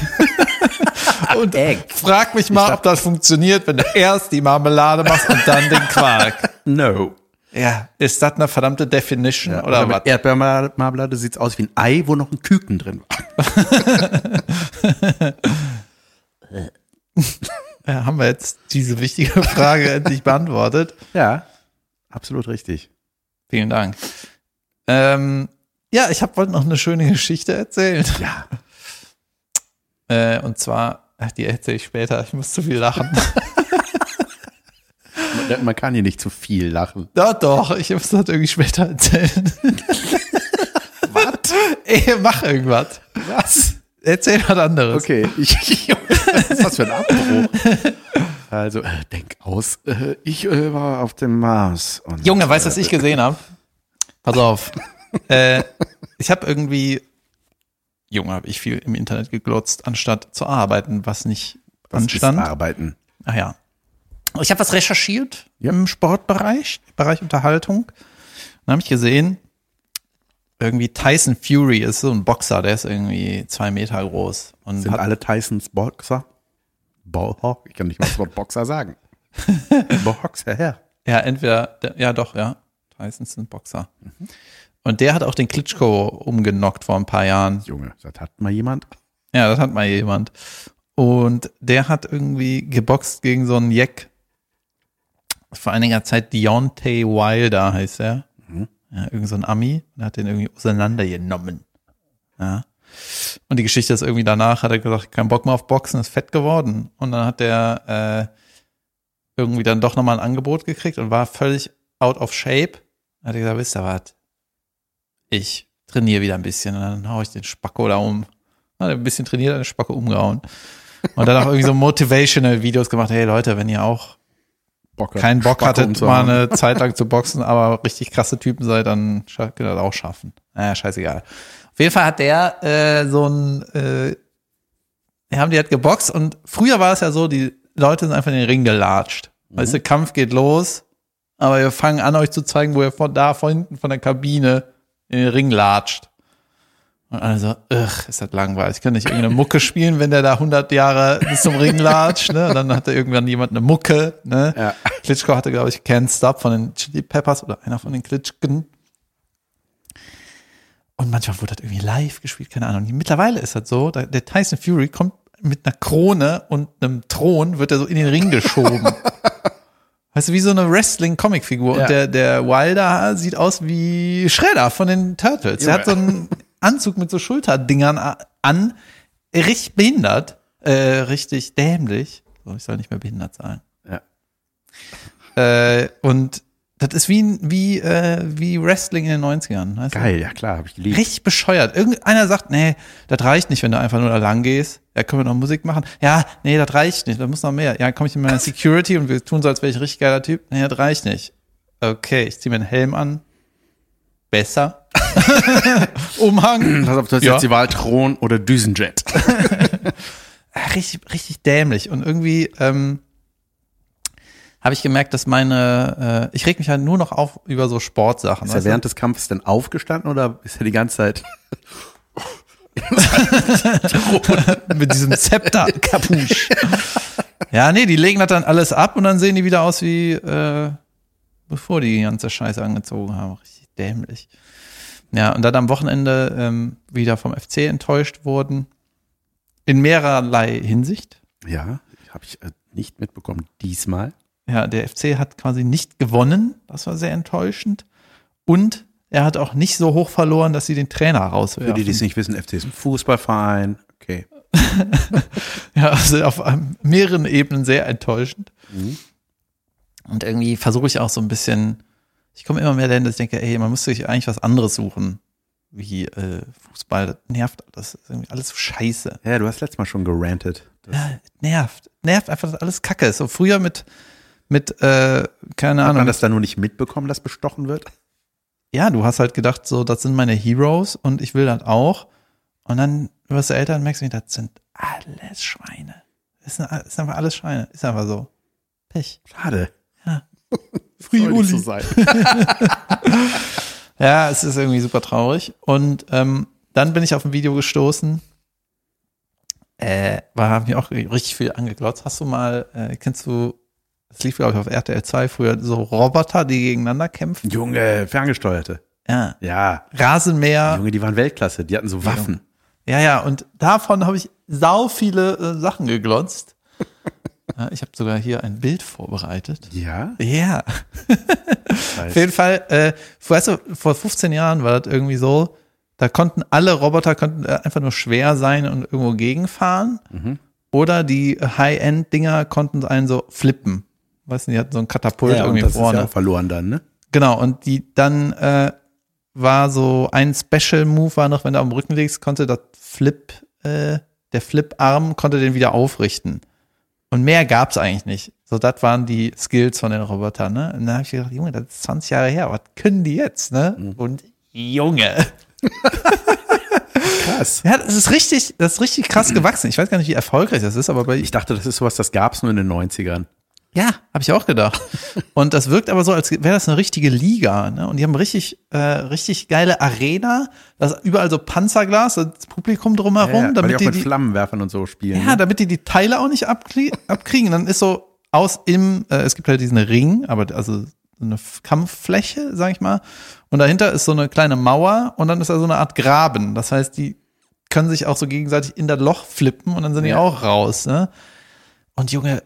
S2: *laughs* und
S4: Egg.
S2: frag mich mal, ob das funktioniert, wenn du erst die Marmelade machst und dann den Quark.
S1: No.
S2: *laughs* Ja, ist das eine verdammte Definition oder was?
S1: mit Erdbeermarmelade sieht's aus wie ein Ei, wo noch ein Küken drin war.
S2: Ja, Äh, haben wir jetzt diese wichtige Frage endlich beantwortet.
S1: Ja, absolut richtig.
S2: Vielen Dank. Ähm, ja, ich hab- wollte noch eine schöne Geschichte erzählen.
S1: Ja.
S2: *laughs* Äh, und zwar, ach, die erzähle ich später, ich muss zu viel lachen. *laughs*
S1: Man, man kann hier nicht zu viel lachen.
S2: Ja, doch, ich muss das irgendwie später
S1: *laughs*
S2: erzählen. was? *laughs* Ey, mach irgendwas.
S1: Was?
S2: Erzähl was anderes.
S1: *laughs* Okay. Ich, was ist das für ein Abbruch? Also, äh, denk aus. Äh, ich äh, war auf dem Mars. Und
S2: Junge, weißt du, was ich gesehen habe?
S1: *laughs*
S2: Pass auf. äh, ich habe irgendwie, Junge, habe ich viel im Internet geglotzt, anstatt zu arbeiten, was nicht
S1: was ist
S2: anstand.
S1: Arbeiten.
S2: Ach ja. Ich habe was recherchiert
S1: Ja.
S2: im Sportbereich, Bereich Unterhaltung. Dann habe ich gesehen, irgendwie Tyson Fury ist so ein Boxer, der ist irgendwie zwei Meter groß und
S1: Sind
S2: hat
S1: alle Tysons Boxer? Bo ich kann nicht mal das Wort Boxer *laughs* sagen. Boxer, ja.
S2: Ja, entweder, der- ja doch, ja. Tyson ist ein Boxer.
S1: Mhm.
S2: Und der hat auch den Klitschko umgenockt vor ein paar Jahren.
S1: Junge, das hat mal jemand.
S2: Ja, das hat mal jemand. Und der hat irgendwie geboxt gegen so einen Jack. Vor einiger Zeit Deontay Wilder heißt er. Ja, irgend so ein Ami. Und hat den irgendwie auseinandergenommen. Ja. Und die Geschichte ist irgendwie danach, hat er gesagt, kein Bock mehr auf Boxen, ist fett geworden. Und dann hat der äh, irgendwie dann doch nochmal ein Angebot gekriegt und war völlig out of shape. Dann hat er gesagt, wisst ihr was? Ich trainiere wieder ein bisschen und dann hau ich den Spacko da um. Hat er ein bisschen trainiert, eine Spacke umgehauen. Und dann auch irgendwie so motivational Videos gemacht. Hey Leute, wenn ihr auch
S1: Bocker.
S2: keinen Bock
S1: Spacko
S2: hattet, mal
S1: umzuhauen.
S2: eine Zeit lang zu boxen, aber richtig krasse Typen seid, dann scha- könnt ihr das auch schaffen. Naja, scheißegal. Auf jeden Fall hat der äh, so ein, äh, die haben die halt geboxt und früher war es ja so, die Leute sind einfach in den Ring gelatscht. Weißt du, Kampf geht los, aber wir fangen an, euch zu zeigen, wo ihr von da, von hinten, von der Kabine in den Ring latscht. Und alle so, ugh, ist das langweilig. Ich kann nicht irgendeine Mucke spielen, wenn der da 100 Jahre bis zum Ring latscht, ne? Und dann hat da irgendwann jemand eine Mucke, ne?
S1: Ja.
S2: Klitschko hatte, glaube ich, Can't Stop von den Chili Peppers oder einer von den Klitschken. Und manchmal wurde das irgendwie live gespielt, keine Ahnung. Mittlerweile ist das so, da- der Tyson Fury kommt mit einer Krone und einem Thron, wird er so in den Ring
S1: *laughs*
S2: geschoben. weißt du, wie so eine Wrestling-Comic-Figur.
S1: Ja.
S2: Und der, der Wilder sieht aus wie Shredder von den Turtles.
S1: Junge.
S2: Er hat so einen Anzug mit so Schulterdingern a- an. Richtig behindert. Äh, richtig dämlich. So, ich soll nicht mehr behindert sagen.
S1: Ja.
S2: Äh, und das ist wie, wie, äh, wie Wrestling in den 90ern. Weißt du?
S1: Geil, ja klar, habe ich geliebt.
S2: Richtig bescheuert. Irgendeiner sagt, nee, das reicht nicht, wenn du einfach nur da lang gehst. Ja, können wir noch Musik machen? Ja, nee, das reicht nicht, da muss noch mehr. Ja, komme ich in meiner Security und wir tun so, als wäre ich ein richtig geiler Typ. Nee, das reicht nicht. Okay, ich ziehe mir einen Helm an. Besser. *laughs* Umhang.
S1: Pass auf, du hast
S2: Ja.
S1: jetzt die Wahl Thron oder Düsenjet.
S2: Ach, richtig, richtig dämlich. Und irgendwie ähm, habe ich gemerkt, dass meine, äh, ich reg mich halt nur noch auf über so Sportsachen. Also
S1: Ist er
S2: weißt du?
S1: während des Kampfes denn aufgestanden oder ist er die ganze *laughs* Zeit?
S2: mit diesem Zepter Kapusch. ja, nee, die legen das dann alles ab und dann sehen die wieder aus wie äh, bevor die die ganze Scheiße angezogen haben. Richtig dämlich. Ja, und dann am Wochenende ähm, wieder vom FC enttäuscht wurden. In mehrerlei Hinsicht.
S1: *laughs* Ja, habe ich äh, nicht mitbekommen diesmal.
S2: Ja, der FC hat quasi nicht gewonnen. Das war sehr enttäuschend. Und er hat auch nicht so hoch verloren, dass sie den Trainer
S1: Für
S2: rauswerfen.
S1: die, die es nicht wissen, FC ist ein Fußballverein. Okay.
S2: Ja, also auf ähm, mehreren Ebenen sehr enttäuschend.
S1: Mhm.
S2: Und irgendwie versuche ich auch so ein bisschen, ich komme immer mehr dahin, dass ich denke, ey, man müsste sich eigentlich was anderes suchen, wie äh, Fußball. Das nervt, das ist irgendwie alles so scheiße.
S1: Ja, du hast letztes Mal schon gerantet. Das
S2: Ja, nervt. Nervt einfach, dass alles Kacke ist. So früher mit, mit äh, keine
S1: hat
S2: Ahnung.
S1: man das dann nur nicht mitbekommen, dass bestochen wird?
S2: ja, du hast halt gedacht, so, das sind meine Heroes und ich will das auch. Und dann wirst du älter und merkst, das sind alles Schweine. Das sind, das sind einfach alles Schweine. Ist einfach so. Pech.
S1: Schade.
S2: Free
S3: Soll nicht so sein.
S2: Ja, es ist irgendwie super traurig. Und ähm, dann bin ich auf ein Video gestoßen. Äh, war haben wir auch richtig viel angeglotzt. Hast du mal, äh, kennst du, das lief, glaube ich, auf RTL 2 früher, so Roboter, die gegeneinander kämpfen?
S1: Junge, ferngesteuerte.
S2: Ja.
S1: Ja.
S2: Rasenmäher.
S1: Junge, die waren Weltklasse. Die hatten so Waffen.
S2: Ja, ja, und davon habe ich sau viele äh, Sachen geglotzt. ja, ich habe sogar hier ein Bild vorbereitet.
S1: Ja.
S2: Ja.
S1: Auf
S2: Auf jeden Fall, äh, weißt du, vor 15 Jahren war das irgendwie so, da konnten alle Roboter konnten äh, einfach nur schwer sein und irgendwo gegenfahren.
S1: Mhm.
S2: Oder die High-End-Dinger konnten einen so flippen. Weißt du, die hatten so einen Katapult
S1: Ja, und
S2: irgendwie
S1: das
S2: vorne.
S1: ist ja auch verloren dann, ne?
S2: Genau, und die dann äh, war so ein Special Move war noch, wenn du am Rücken liegst, konnte das Flip, äh, der Flip-Arm konnte den wieder aufrichten. Und mehr gab's eigentlich nicht. So, das waren die Skills von den Robotern, ne? Und dann habe ich gedacht, Junge, das ist 20 Jahre her, was können die jetzt, ne? Und Junge.
S1: Krass.
S2: Ja, das ist richtig, das ist richtig krass gewachsen. Ich weiß gar nicht, wie erfolgreich das ist, aber bei,
S1: Ich dachte, das ist sowas, das gab's nur in den 90ern.
S2: Ja, habe ich
S1: *laughs*
S2: auch gedacht. Und das wirkt aber so, als wäre das eine richtige Liga. Ne? Und die haben richtig, äh, richtig geile Arena. Da ist überall so Panzerglas, das Publikum drumherum,
S1: ja, ja, weil
S2: damit
S1: die auch
S2: die,
S1: mit
S2: die
S1: Flammenwerfern und so spielen.
S2: ja,
S1: ne?
S2: damit die die Teile auch nicht abkrie- abkriegen. Dann ist so aus im, äh, es gibt halt diesen Ring, aber also so eine F- Kampffläche, sag ich mal. Und dahinter ist so eine kleine Mauer und dann ist da so eine Art Graben. Das heißt, die können sich auch so gegenseitig in das Loch flippen und dann sind die auch raus. Ne? Und Junge,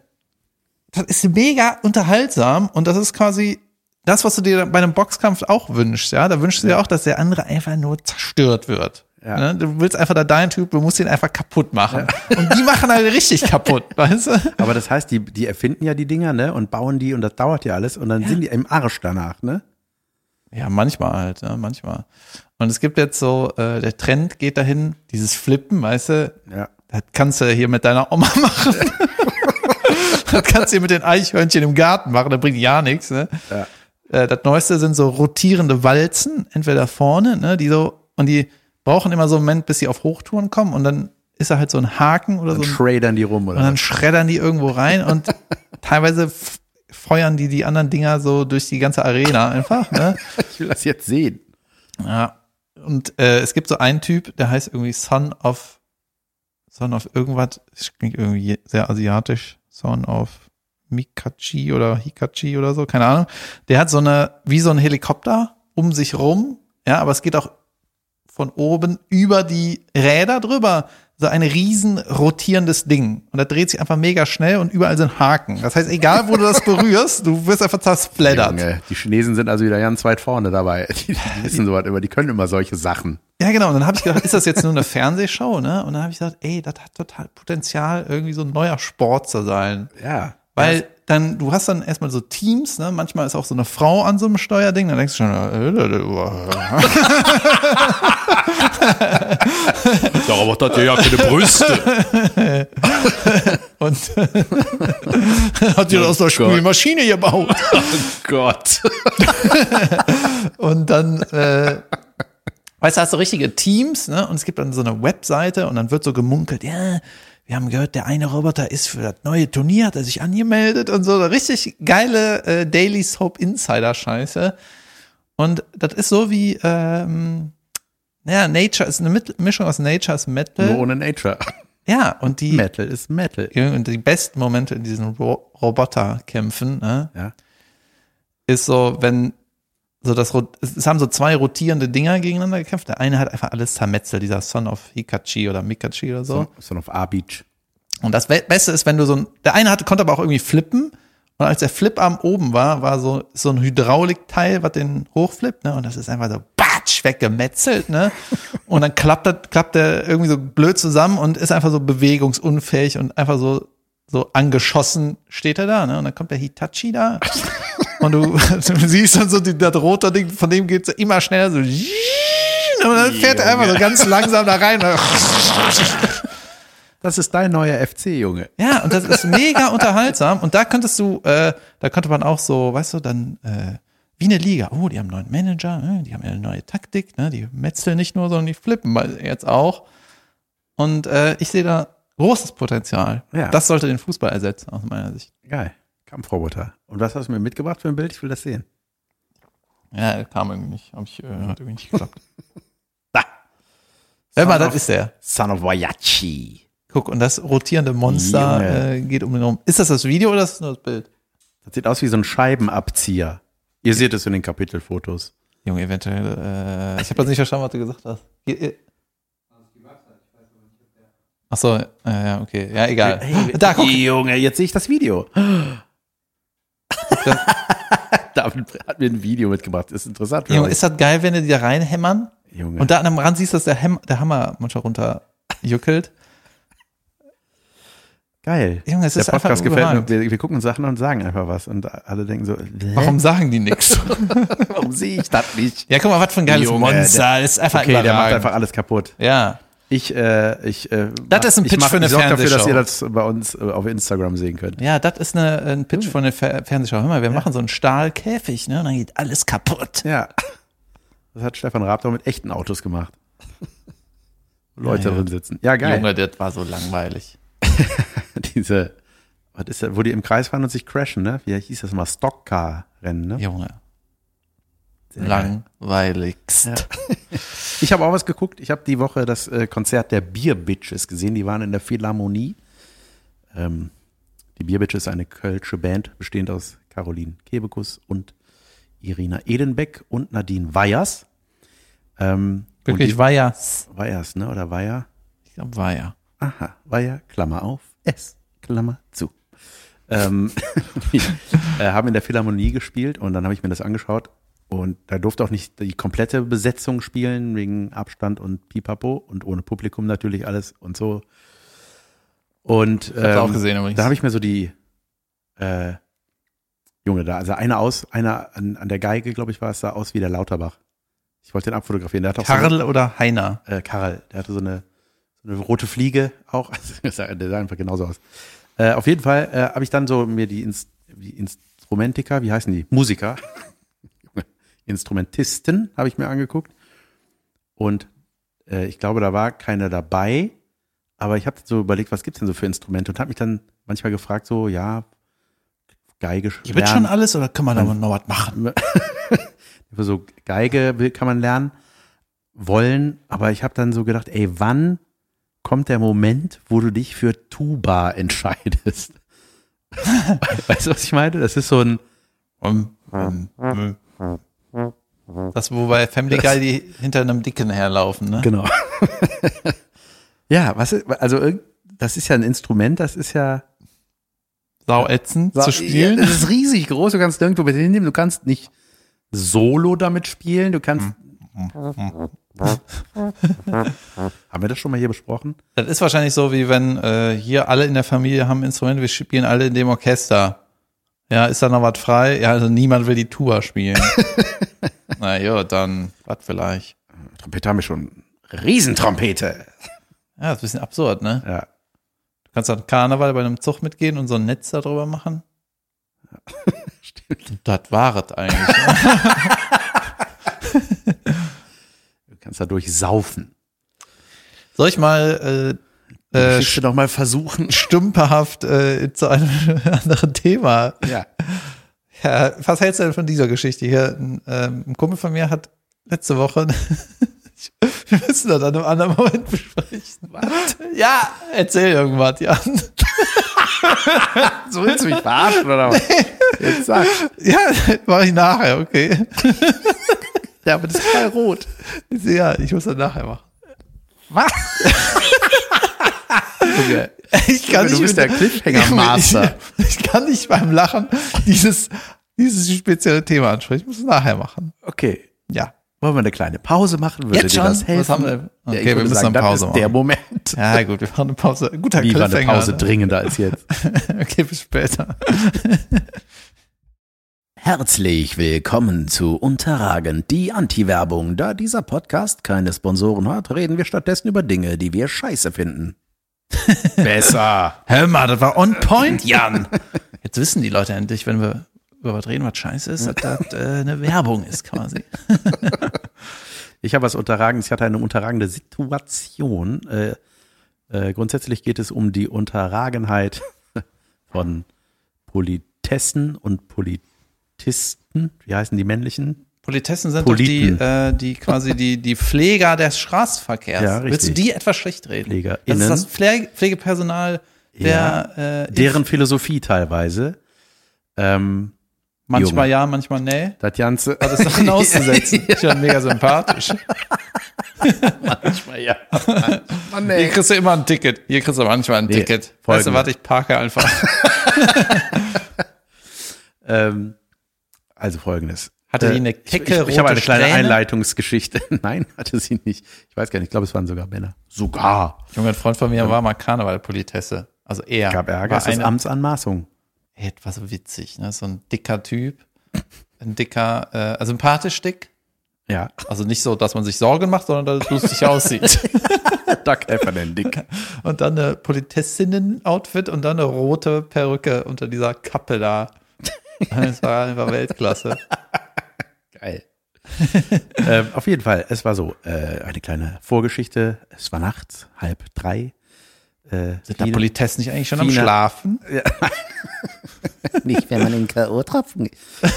S2: das ist mega unterhaltsam und das ist quasi das, was du dir bei einem Boxkampf auch wünschst. Ja, da wünschst du dir auch, dass der andere einfach nur zerstört wird.
S1: Ja.
S2: Ne? Du willst einfach da deinen Typ, du musst ihn einfach kaputt machen. Und die machen halt richtig kaputt, weißt du?
S1: Aber das heißt, die, die erfinden ja die Dinger, ne? Und bauen die und das dauert ja alles und dann sind die im Arsch danach, ne?
S2: Ja, manchmal halt, ne? manchmal. Und es gibt jetzt so, äh, der Trend geht dahin, dieses Flippen, weißt du,
S1: Ja.
S2: das kannst du hier mit deiner Oma *laughs* machen. das kannst du hier mit den Eichhörnchen im Garten machen, das bringt ja nichts. Ne?
S1: Ja.
S2: Äh, das Neueste sind so rotierende Walzen, entweder vorne, ne, die so, und die brauchen immer so einen Moment, bis sie auf Hochtouren kommen und dann ist da halt so ein Haken oder
S1: Und
S2: so ein
S1: schradern die rum, oder?
S2: Und dann
S1: was?
S2: schreddern die irgendwo rein und teilweise f- feuern die die anderen Dinger so durch die ganze Arena einfach. Ne?
S1: ich will das jetzt sehen.
S2: Ja. Und äh, es gibt so einen Typ, der heißt irgendwie Son of Son of irgendwas. Das klingt irgendwie sehr asiatisch. Son of Mikachi oder Hikachi oder so, keine Ahnung. Der hat so eine, wie so ein Helikopter um sich rum. Ja, aber es geht auch von oben über die Räder drüber. So ein riesen rotierendes Ding. Und das dreht sich einfach mega schnell und überall sind Haken. Das heißt, egal wo du das berührst, du wirst einfach zersplattert.
S1: Junge, die Chinesen sind also wieder ganz weit vorne dabei. *laughs* Die, die wissen sowas immer, die können immer solche Sachen.
S2: Ja, genau. Und dann habe ich gedacht, ist das jetzt nur eine Fernsehshow, ne? Und dann habe ich gedacht, ey, das hat total Potenzial, irgendwie so ein neuer Sport zu sein.
S1: Ja.
S2: Weil dann, du hast dann erstmal so Teams, ne? Manchmal ist auch so eine Frau an so einem Steuerding, dann denkst du schon, äh,
S3: Darum hat der ja keine Brüste.
S2: und *laughs* hat dir aus der Spül Maschine gebaut.
S3: Gott.
S2: Und dann, äh, *laughs* weißt du, hast du richtige Teams, ne? Und es gibt dann so eine Webseite und dann wird so gemunkelt, ja, wir haben gehört, der eine Roboter ist für das neue Turnier, hat er sich angemeldet und so. Richtig geile äh, Daily Soap Insider-Scheiße. Und das ist so wie, ähm, ja, Nature ist eine Mit Mischung aus Nature's
S1: Nur
S2: Metal.
S1: ohne Nature.
S2: Ja, und die,
S1: Metal ist Metal.
S2: und die besten Momente in diesen Ro Roboterkämpfen, ne?
S1: Ja.
S2: ist so, wenn so das rot- es es haben so zwei rotierende Dinger gegeneinander gekämpft. Der eine hat einfach alles zermetzelt, dieser Son of Hikachi oder Mikachi oder so.
S1: So, so auf A-Beach.
S2: Und das We- Beste ist, wenn du so ein der eine hatte konnte aber auch irgendwie flippen und als der Fliparm oben war, war so so ein Hydraulikteil, was den hochflippt, ne? Und das ist einfach so batsch weggemetzelt, ne? Und dann klappt das klappt der irgendwie so blöd zusammen und ist einfach so bewegungsunfähig und einfach so so angeschossen steht er da, ne? Und dann kommt der Hitachi da und du, du siehst dann so die, das rote Ding, von dem geht's immer schneller so. Und dann fährt er einfach so ganz langsam da rein.
S1: Das ist dein neuer FC, Junge.
S2: Ja, und das ist mega unterhaltsam. Und da könntest du, äh, da könnte man auch so, weißt du, dann äh, wie eine Liga. Oh, die haben einen neuen Manager, ne, die haben eine neue Taktik, ne? die metzeln nicht nur, sondern die flippen mal jetzt auch. Und äh, ich sehe da großes Potenzial.
S1: Ja.
S2: Das sollte den Fußball ersetzen, aus meiner Sicht.
S1: Geil. Kampfroboter. Und was hast du mir mitgebracht für ein Bild? Ich will das sehen.
S2: Ja, kam irgendwie nicht. Hab ich, äh, hat irgendwie
S1: *laughs*
S2: nicht geklappt. da. Hör mal, das ist der.
S1: Son of Wayachi.
S2: Guck, und das rotierende Monster
S1: Junge.
S2: äh, geht um den rum. Ist das das Video oder ist das nur das Bild?
S1: Das sieht aus wie so ein Scheibenabzieher. Ihr seht es in den Kapitelfotos.
S2: Junge, eventuell. Äh, ich habe das nicht verstanden, was du gesagt hast. Ge äh. Ach so, äh, ja, okay. Ja, egal. da, guck.
S1: Junge, jetzt sehe ich das Video. *laughs* David hat mir ein Video mitgebracht. Ist interessant.
S2: Junge, ist das geil, wenn die da reinhämmern?
S1: Junge.
S2: Und da an einem Rand siehst du, dass der, Häm der Hammer manchmal runterjuckelt.
S1: Geil.
S2: Junge, es
S1: Der
S2: ist
S1: Podcast
S2: einfach
S1: gefällt mir.
S2: überragend.
S1: Wir, wir gucken uns Sachen an und sagen einfach was. Und alle denken so,
S2: Warum sagen
S1: *laughs*
S2: die nichts?
S1: warum sehe ich das nicht?
S2: ja, guck mal, was für ein geiles
S1: Junge,
S2: Monster. Das ist einfach
S1: Okay, der macht
S2: überragend.
S1: einfach alles kaputt.
S2: Ja.
S1: Ich, äh, ich, äh,
S2: Das ist ein
S1: ich
S2: Pitch
S1: mach-
S2: für eine
S1: ich sorg dafür, dass
S2: Fernsehshow.
S1: ihr das bei uns äh, auf Instagram sehen könnt.
S2: Ja, das ist eine, ein Pitch von der Fer Fernsehschau. Hör mal, wir machen so einen Stahlkäfig, ne? Und dann geht alles kaputt.
S1: Ja. Das hat Stefan Rabdau mit echten Autos gemacht. Leute drin sitzen. Ja, geil.
S2: Junge, das war so langweilig.
S1: *laughs* Diese, was ist das, wo die im Kreis fahren und sich crashen, ne? Wie hieß das mal? Stockcar-Rennen, ne?
S2: Junge. Langweiligst.
S1: Ich habe auch was geguckt. Ich habe die Woche das äh, Konzert der Beer Bitches gesehen. Die waren in der Philharmonie. Ähm, die Beer Bitches ist eine kölsche Band, bestehend aus Caroline Kebekus und Irina Edenbeck und Nadine Weyers. Ähm,
S2: Wirklich
S1: und
S2: Weiher.
S1: die, Weyers, ne? Oder Weyer?
S2: Ich glaube Weiher.
S1: Aha, Weiher, Klammer auf, S, Klammer zu. Ähm, *laughs* die äh, haben in der Philharmonie gespielt und dann habe ich mir das angeschaut und da durfte auch nicht die komplette Besetzung spielen wegen Abstand und Pipapo und ohne Publikum natürlich alles und so. Und
S2: Ähm,
S1: ähm,
S2: Ich hab's auch gesehen übrigens.
S1: da habe ich mir so die äh, Junge da, also einer aus, einer an, an der Geige, glaube ich, war es, sah aus wie der Lauterbach. Ich wollte den abfotografieren. Der hat auch so-
S2: Karl oder Heiner?
S1: äh, Karl, der hatte so eine, so eine rote Fliege auch. *laughs* Also, der sah der sah einfach genauso aus. Äh, auf jeden Fall äh, habe ich dann so mir die, Ins die Instrumentiker, wie heißen die? Musiker. *laughs* Instrumentisten habe ich mir angeguckt. Und äh, ich glaube, da war keiner dabei. Aber ich habe so überlegt, was gibt's denn so für Instrumente? Und habe mich dann manchmal gefragt, so, ja, Geige
S2: Gibt es
S1: lernen.
S2: schon alles oder können wir da noch was machen?
S1: Über so Geige will- kann man lernen, wollen, aber ich habe dann so gedacht, ey, wann kommt der Moment, wo du dich für Tuba entscheidest? *laughs* weißt du, was ich meine? Das ist so ein,
S2: Um, um, um. Das, wo bei Family Guy die hinter einem Dicken herlaufen, ne?
S1: genau. *laughs* ja, was ist, also irgend- das ist ja ein Instrument, das ist ja
S2: Sauätzend zu
S1: Ja,
S2: spielen.
S1: Das ist riesig groß, du kannst nirgendwo mit hinnehmen, du kannst nicht solo damit spielen, du kannst.
S2: Hm.
S1: *laughs* Haben wir das schon mal hier besprochen?
S2: Das ist wahrscheinlich so, wie wenn äh, hier alle in der Familie haben Instrumente, wir spielen alle in dem Orchester. Ja, ist da noch was frei? Ja, also niemand will die Tuba *laughs* spielen. Na ja, dann was vielleicht.
S1: Trompete haben wir schon. Riesentrompete.
S2: Ja, ist ein bisschen absurd, ne?
S1: Ja.
S2: Du kannst an Karneval bei einem Zug mitgehen und so ein Netz darüber machen. Stimmt. Das war es eigentlich. ne?
S1: Du kannst dadurch saufen.
S2: Soll ich mal äh, äh,
S1: Geschichte noch mal
S2: *laughs*
S1: versuchen.
S2: stümperhaft äh, zu einem *laughs* anderen Thema
S1: Ja.
S2: Ja, was hältst du denn von dieser Geschichte hier? Ein, ähm, ein Kumpel von mir hat letzte Woche. *laughs* Wir müssen das an einem anderen Moment besprechen. Ja, erzähl irgendwas, Jan.
S1: So willst du mich verarschen oder was? Jetzt sag.
S2: Ja, mache ich nachher, okay.
S1: Ja, aber das ist mal rot.
S2: Ich seh, Ja, ich muss das nachher machen.
S1: Junge.
S2: *laughs* Ich kann
S1: Du
S2: nicht
S1: bist
S2: mit-
S1: der Cliffhanger-Master.
S2: *laughs* Ich, ich kann nicht beim Lachen dieses, dieses spezielle Thema ansprechen. Ich muss es nachher machen.
S1: Okay.
S2: Ja.
S1: Wollen wir eine kleine Pause machen? Würde
S2: Jetzt
S1: dir
S2: schon?
S1: das helfen?
S2: Was haben wir? Okay,
S1: ich
S2: wir
S1: würde
S2: müssen eine
S1: das
S2: Pause
S1: ist der
S2: machen.
S1: Moment.
S2: Ja, gut, wir machen eine Pause. Guter
S1: Wie war eine
S2: Cliffhanger,
S1: Pause
S2: ne?
S1: dringender als jetzt?
S2: *laughs* Okay, bis später.
S4: Herzlich willkommen zu Unterragend, die Anti-Werbung. Da dieser Podcast keine Sponsoren hat, reden wir stattdessen über Dinge, die wir scheiße finden.
S1: Besser.
S4: *laughs*
S2: Hör mal, das war on point, Jan. Jetzt wissen die Leute endlich, wenn wir über was reden, was scheiße ist, dass das äh, eine Werbung ist quasi.
S1: Ich habe was Unterragendes, ich hatte eine unterragende Situation. Äh, äh, grundsätzlich geht es um die Unterragenheit *laughs* von Politessen und Politisten. Wie heißen die männlichen?
S2: Politessen sind
S1: Politen.
S2: doch die, äh, die quasi die, die Pfleger des Straßenverkehrs.
S1: Ja, richtig.
S2: Willst du die etwas schlecht reden? Das
S1: PflegerInnen.
S2: ist das Pflege Pflegepersonal der, äh,
S1: Deren Philosophie teilweise. Ähm,
S2: manchmal ja, manchmal nee.
S1: das Ganze. *laughs*
S2: Das *laughs* Sachen auszusetzen. Ich bin mega sympathisch.
S3: Manchmal ja. Mann,
S2: Hier
S3: ey.
S2: kriegst du immer ein Ticket. Hier kriegst du manchmal ein Ticket. Weißt du,
S1: folgende.
S2: warte, ich parke einfach.
S1: Ähm, also folgendes.
S2: *laughs* Hatte die eine
S1: Äh,
S2: kecke
S1: Ich, ich, ich habe eine
S2: rote
S1: kleine
S2: Strähne?
S1: Einleitungsgeschichte. *laughs* Nein, hatte sie nicht. Ich weiß gar nicht, ich glaube, es waren sogar Männer. Sogar.
S2: Junge, ein Freund von mir war mal Karnevalpolitesse. Also er.
S1: Gab Ärger.
S2: War
S1: Es ist
S2: eine,
S1: Amtsanmaßung.
S2: Ey, das war so witzig, ne? So ein dicker Typ. Ein dicker, äh, also sympathisch dick.
S1: Ja.
S2: Also nicht so, dass man sich Sorgen macht, sondern dass es lustig aussieht. *laughs*
S1: Duck Effernan-Dick.
S2: Und dann eine Politessinnen-Outfit und dann eine rote Perücke unter dieser Kappe *laughs* da. Das war einfach Weltklasse.
S1: Geil. *laughs* ähm, auf jeden Fall, es war so, äh, eine kleine Vorgeschichte. Es war nachts, halb drei. Äh,
S2: Sind da
S1: viele-
S2: Politessen nicht eigentlich schon am
S1: Fina-
S2: Schlafen?
S1: *laughs*
S4: Nicht, wenn man den K.O.-Tropfen.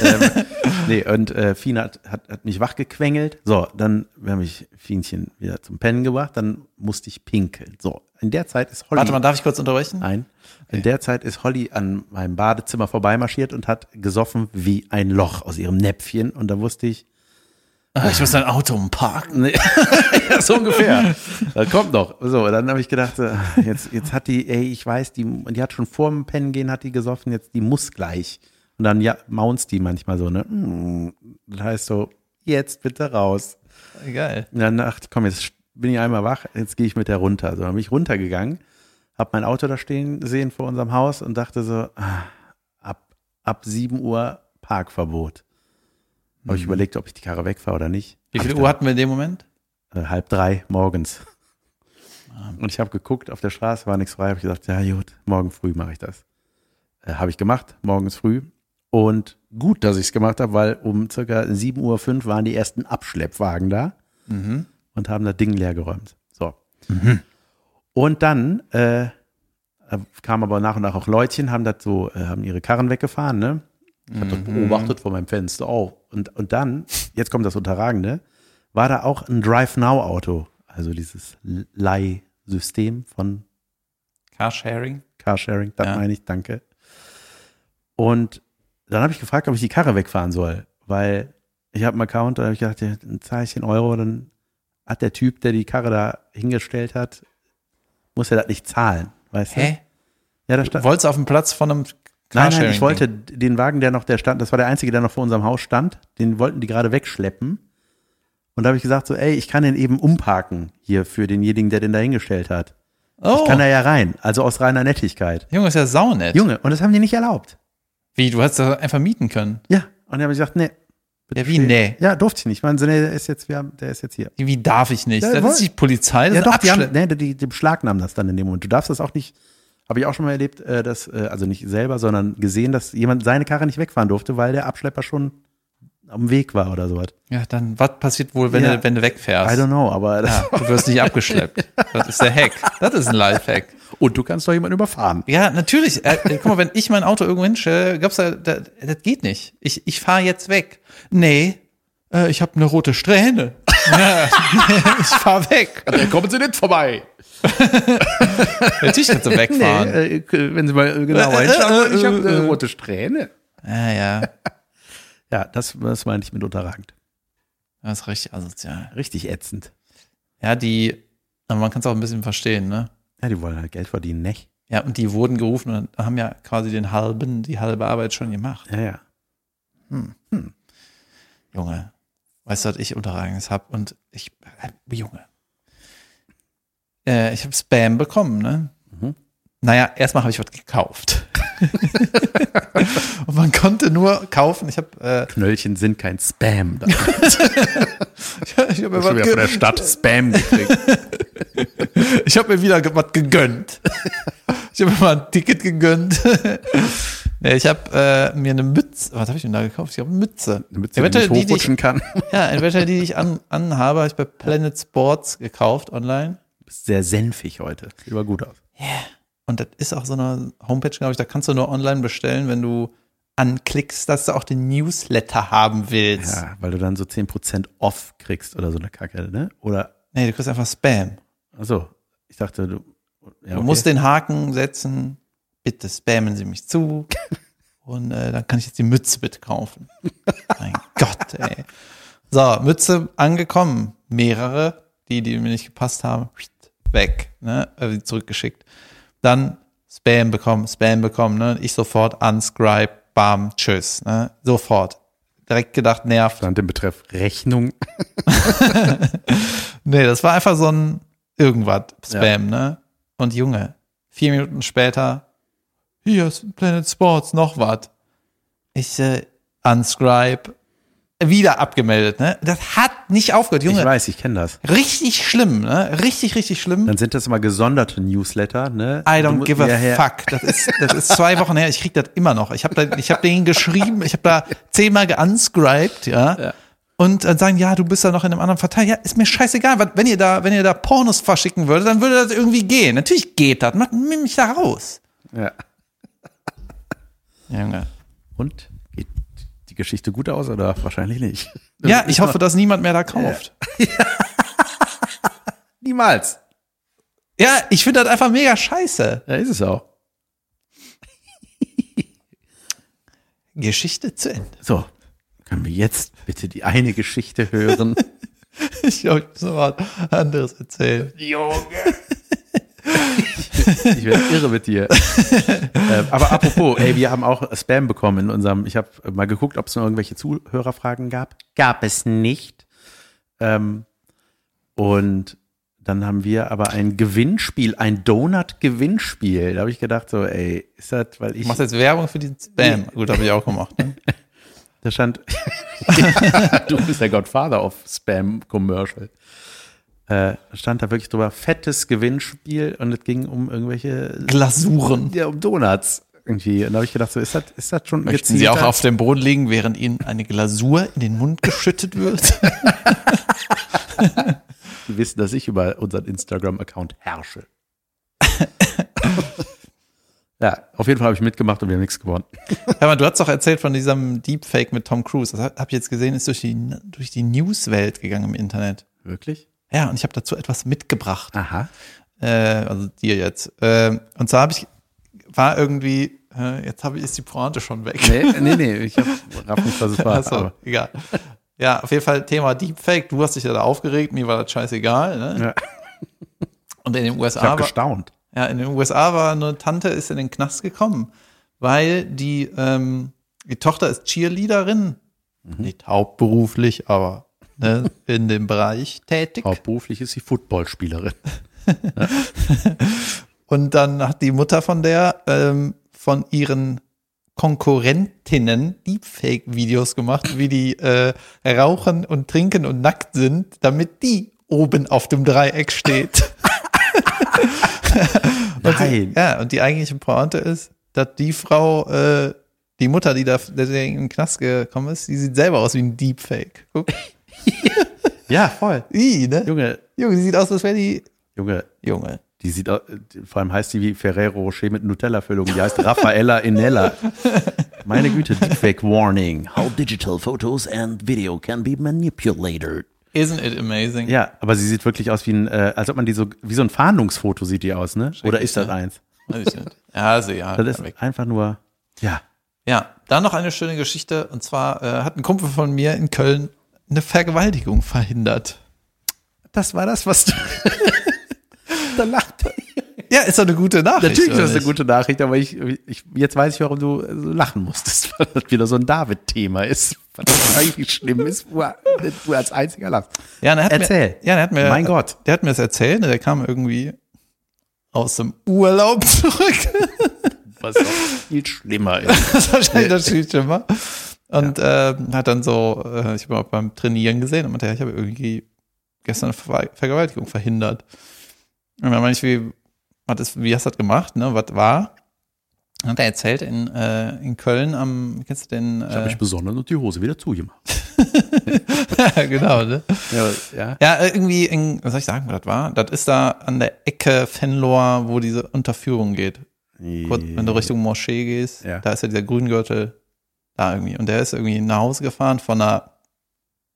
S1: ähm, nee, und äh, Fien hat, hat, hat mich wachgequengelt. So, dann haben mich Fienchen wieder zum Pennen gebracht. Dann musste ich pinkeln. So, in der Zeit ist Holly.
S2: Warte mal, darf ich kurz unterbrechen?
S1: Nein. In der Zeit ist Holly an meinem Badezimmer vorbeimarschiert und hat gesoffen wie ein Loch aus ihrem Näpfchen. Und da wusste ich,
S2: Ah, Ich muss ein Auto umparken. *laughs*
S1: Nee. ja, so ungefähr. Das kommt noch. So, dann habe ich gedacht, äh, jetzt, jetzt hat die, ey, ich weiß, die, die hat schon vor dem Pennen gehen, hat die gesoffen, jetzt die muss gleich. Und dann ja, maunst die manchmal so, ne? Mm. Das heißt so, jetzt bitte raus.
S2: Geil.
S1: Und dann dachte ich, komm, jetzt bin ich einmal wach, jetzt gehe ich mit der runter. So, dann bin ich runtergegangen, habe mein Auto da stehen sehen vor unserem Haus und dachte so, ah, ab, ab 7 Uhr Parkverbot. Habe ich überlegt, ob ich die Karre wegfahre oder nicht.
S2: Mhm. Wie
S1: Hab
S2: viel
S1: ich
S2: Uhr hatten wir in dem Moment?
S1: äh, halb drei morgens. Und ich habe geguckt, auf der Straße war nichts frei. Habe ich gesagt, ja gut, morgen früh mache ich das. Äh, habe ich gemacht, morgens früh. Und gut, dass ich es gemacht habe, weil um circa 7.05 Uhr waren die ersten Abschleppwagen da und haben das Ding leer geräumt. So. Und dann äh, kamen aber nach und nach auch Leutchen, haben das so, äh, haben ihre Karren weggefahren, ne? Ich habe das beobachtet vor meinem Fenster. Oh. Und, und dann, jetzt kommt das Unterragende, war da auch ein Drive-Now-Auto, also dieses Leihsystem von
S2: Carsharing?
S1: Carsharing, das
S2: Ja.
S1: meine ich, danke. Und dann habe ich gefragt, ob ich die Karre wegfahren soll, weil ich habe einen Account, da habe ich gedacht, ja, dann zahle ich den Euro, dann hat der Typ, der die Karre da hingestellt hat, muss er das nicht zahlen, weißt du?
S2: Hä?
S1: Ja, da stand,
S2: Wolltest du auf dem Platz von einem
S1: nein,
S2: Carsharing?
S1: nein, ich wollte den Wagen, der noch, der stand, das war der einzige, der noch vor unserem Haus stand, den wollten die gerade wegschleppen. Und da habe ich gesagt so, ey, ich kann den eben umparken hier für denjenigen, der den da hingestellt hat.
S2: Oh,
S1: Ich kann da ja rein, also aus reiner Nettigkeit.
S2: Junge, ist ja saunett.
S1: Junge, und das haben die nicht erlaubt.
S2: Wie, du hättest das einfach mieten können.
S1: Ja, und dann habe ich gesagt, nee.
S2: Ja, wie, nee.
S1: Ja, durfte ich nicht. Man, so, nee, der ist jetzt, wir haben, der ist jetzt hier.
S2: Wie darf ich nicht?
S1: Ja,
S2: das
S1: jawohl.
S2: ist die Polizei, das
S1: Ja,
S2: ist
S1: doch,
S2: ein
S1: die haben,
S2: Abschlepp-
S1: nee, die, die beschlagnahmen das dann in dem Moment. Du darfst das auch nicht, habe ich auch schon mal erlebt, äh, dass, äh, also nicht selber, sondern gesehen, dass jemand seine Karre nicht wegfahren durfte, weil der Abschlepper schon am Weg war oder sowas.
S2: Ja, dann, was passiert wohl, wenn,
S1: Ja.
S2: du, wenn du
S1: I
S2: wegfährst?
S1: don't know, aber das,
S2: Ja, du wirst nicht abgeschleppt. Das ist der Hack. Das ist ein Lifehack.
S1: und du kannst doch jemanden überfahren.
S2: Ja, natürlich. Äh, äh, guck mal, wenn ich mein Auto irgendwo hinstelle, gab's da, da, das geht nicht. Ich, ich fahre jetzt weg. Nee, äh, ich habe eine rote Strähne. Ja, *laughs* ich fahr weg.
S3: Dann kommen sie nicht vorbei.
S2: *laughs* Natürlich kannst du wegfahren.
S1: *laughs* äh, genau wenn sie mal
S2: Äh,
S1: genauer
S2: hinschauen, ich hab eine
S1: rote Strähne.
S2: Ja, ja.
S1: äh, Ja, das, das meine ich mit unterragend.
S2: Das ist richtig asozial.
S1: Richtig ätzend.
S2: Ja, die, aber man kann es auch ein bisschen verstehen, ne?
S1: Ja, die wollen halt Geld verdienen, ne?
S2: Ja, und die wurden gerufen und haben ja quasi den halben, die halbe Arbeit schon gemacht.
S1: Ja, ja.
S2: Junge, weißt du, was ich Unterragendes hab und ich, äh, Junge. Äh, ich habe Spam bekommen, ne?
S1: Mhm.
S2: Naja, erstmal habe ich was gekauft. *laughs* und man konnte nur kaufen, ich äh, habe
S1: Knöllchen sind kein Spam.
S2: äh, *laughs* ich hab mir,
S3: Ich habe
S2: *laughs* was
S3: ja von der
S2: ge-
S3: Stadt Spam gekriegt.
S2: *laughs* *laughs* ich hab mir wieder ge- was gegönnt. ich habe mir mal ein Ticket gegönnt. Ja, ich habe äh, mir eine Mütze, was habe ich denn da gekauft? Ich habe eine Mütze.
S1: Eine Mütze, die nicht
S2: die, die
S1: hochrutschen
S2: ich, *laughs*
S1: kann.
S2: ja, eventuell die die ich an, anhabe, habe ich bei Planet Sports gekauft online.
S1: Bist sehr senfig heute. Sieht aber gut aus.
S2: Und das ist auch so eine Homepage, glaube ich, da kannst du nur online bestellen, wenn du anklickst, dass du auch den Newsletter haben willst.
S1: Ja, weil du dann so 10% off kriegst oder so eine Kacke, ne? Oder,
S2: Nee, du kriegst einfach Spam.
S1: achso, ich dachte, du. Ja,
S2: Du musst den Haken setzen, bitte spammen Sie mich zu. Und äh, dann kann ich jetzt die Mütze bitte kaufen. mein Gott, ey. So, Mütze angekommen. Mehrere, die, die mir nicht gepasst haben, weg, ne? Äh, zurückgeschickt. Dann Spam bekommen, Spam bekommen, ne? Ich sofort unscribe, bam, tschüss, ne? Sofort. Direkt gedacht, nervt.
S1: Stand im Betreff Rechnung.
S2: Nee, das war einfach so ein irgendwas Spam, ne? Und Junge, vier Minuten später, hier ist Planet Sports, noch was. Ich äh, unscribe, wieder abgemeldet, ne? Das hat nicht aufgehört,
S1: Ich
S2: Junge.
S1: weiß, ich kenne das.
S2: Richtig schlimm, ne? Richtig, richtig schlimm.
S1: Dann sind das immer gesonderte Newsletter, ne?
S2: I
S1: Du
S2: don't
S1: musst-
S2: give a
S1: Ja, ja.
S2: fuck. Das ist, das ist zwei Wochen her. Ich krieg das immer noch. Ich habe ich hab denen geschrieben, ich habe da zehnmal geunscribed, ja. Und dann sagen, ja, du bist da noch in einem anderen Verteil. Ja, ist mir scheißegal. Was- Wenn ihr da, wenn ihr da Pornos verschicken würdet, dann würde das irgendwie gehen. Natürlich geht das. Macht nimm mich da raus.
S1: Ja.
S2: Junge.
S1: Und geht die Geschichte gut aus oder wahrscheinlich nicht? *laughs*
S2: Ja, ich hoffe, dass niemand mehr da kauft.
S1: Niemals.
S2: Ja, ich finde das einfach mega scheiße.
S1: Ja, ist es auch.
S2: Geschichte zu Ende. *laughs*
S1: So, können wir jetzt bitte die eine Geschichte *laughs* hören?
S2: Ich glaube, ich muss noch mal anderes erzählen.
S1: Ich werde irre mit dir. ähm, aber apropos, ey, wir haben auch Spam bekommen in unserem, ich habe mal geguckt, ob es noch irgendwelche Zuhörerfragen gab. Gab es nicht. Ähm, und dann haben wir aber ein Gewinnspiel, ein Donut-Gewinnspiel. Da habe ich gedacht, so, ey, ist das, weil
S2: Du
S1: ich.
S2: machst jetzt Werbung für den Spam. Gut, habe ich auch gemacht. Ne?
S1: Da stand, *laughs* du bist der Godfather auf Spam-Commercial. Äh, stand da wirklich drüber, fettes Gewinnspiel und es ging um irgendwelche,
S2: Glasuren.
S1: ja, um Donuts irgendwie. Und da habe ich gedacht, so ist das, ist das schon
S2: Möchten Sie auch
S1: gezielter-
S2: auf dem Boden liegen, während Ihnen eine Glasur in den Mund geschüttet
S1: *laughs*
S2: wird?
S1: Sie wissen, dass ich über unseren Instagram-Account *laughs* herrsche. ja, auf jeden Fall habe ich mitgemacht und wir haben nichts gewonnen.
S2: Hör mal, du hast doch erzählt von diesem Deepfake mit Tom Cruise. Das habe ich jetzt gesehen, ist durch die, durch die Newswelt gegangen im Internet.
S1: Wirklich?
S2: Ja, und ich habe dazu etwas mitgebracht.
S1: Aha.
S2: Äh, also dir jetzt. Ähm, und zwar habe ich, war irgendwie, äh, jetzt habe ich, ist die Pointe schon weg.
S1: Nee, nee, nee ich hab, raff nicht, was es war.
S2: Achso,
S1: aber-
S2: egal. Ja, auf jeden Fall Thema Deepfake. Du hast dich ja da aufgeregt, mir war das scheißegal. Ne?
S1: Ja.
S2: Und in den
S1: Ich
S2: USA
S1: habe
S2: war,
S1: gestaunt.
S2: Ja, in den USA war eine Tante, ist in den Knast gekommen, weil die, ähm, die Tochter ist Cheerleaderin. Mhm. Nicht hauptberuflich, aber ne, in dem Bereich tätig.
S1: Hauptberuflich ist sie Footballspielerin.
S2: Und dann hat die Mutter von der ähm, von ihren Konkurrentinnen Deepfake-Videos gemacht, wie die äh, rauchen und trinken und nackt sind, damit die oben auf dem Dreieck steht. und die,
S1: Nein.
S2: ja, und die eigentliche Pointe ist, dass die Frau, äh, die Mutter, die da deswegen in den Knast gekommen ist, die sieht selber aus wie ein Deepfake. *laughs* Guck.
S1: Ja, voll.
S2: I, ne?
S1: Junge,
S2: Junge, die sieht aus, als wäre die
S1: Junge,
S2: Junge.
S1: die sieht au- die- vor allem heißt die wie Ferrero Rocher mit Nutella-Füllung. Die heißt Raffaella
S4: *laughs*
S1: Inella. Meine Güte, Deepfake Warning.
S4: How digital photos and video can be manipulated.
S2: Isn't it amazing?
S1: Ja, aber sie sieht wirklich aus wie ein, äh, als ob man die so, wie so ein Fahndungsfoto sieht die aus, ne? Oder ist das
S2: ne?
S1: eins?
S2: Weiß ich nicht. Ja, also ja.
S1: Das
S2: kann weg.
S1: ist einfach nur, ja.
S2: Ja, dann noch eine schöne Geschichte. Und zwar äh, hat ein Kumpel von mir in Köln eine Vergewaltigung verhindert.
S1: Das war das, was du. *laughs* da lacht.
S2: Ja, ist doch eine gute Nachricht.
S1: Natürlich ist
S2: oder
S1: das eine
S2: nicht?
S1: gute Nachricht, aber ich, ich, jetzt weiß ich, warum du äh, so lachen musstest, *laughs* weil das wieder so ein David-Thema ist. *laughs* Was eigentlich schlimm ist, wo er- du als einziger lachst.
S2: Ja, und er hat
S1: Erzähl.
S2: Mir, ja, er hat mir,
S1: Mein Gott.
S2: Der hat mir das erzählt. ne, Der kam irgendwie aus dem Urlaub *laughs* zurück.
S1: Was noch viel schlimmer ist.
S2: das ist wahrscheinlich das Schlimmste. Und ähm, hat dann so, äh, ich habe auch beim Trainieren gesehen und meinte, ja, ich habe irgendwie gestern eine Ver Vergewaltigung verhindert. Und dann meine ich, wie, was ist, wie hast du das gemacht? Ne? Was war? Hat er erzählt in, äh, in Köln am, kennst du den?
S1: *laughs* Ich habe
S2: Äh,
S1: mich besonnen und die Hose wieder zugemacht.
S2: *laughs* genau, ne?
S1: Ja, ja.
S2: Ja, äh, irgendwie, in, was soll ich sagen, wo das war? Das ist da an der Ecke Fenloer, wo diese Unterführung geht. Kurz, wenn du Richtung Moschee gehst,
S1: Ja.
S2: da ist ja dieser Grüngürtel da irgendwie. Und der ist irgendwie nach Hause gefahren von einer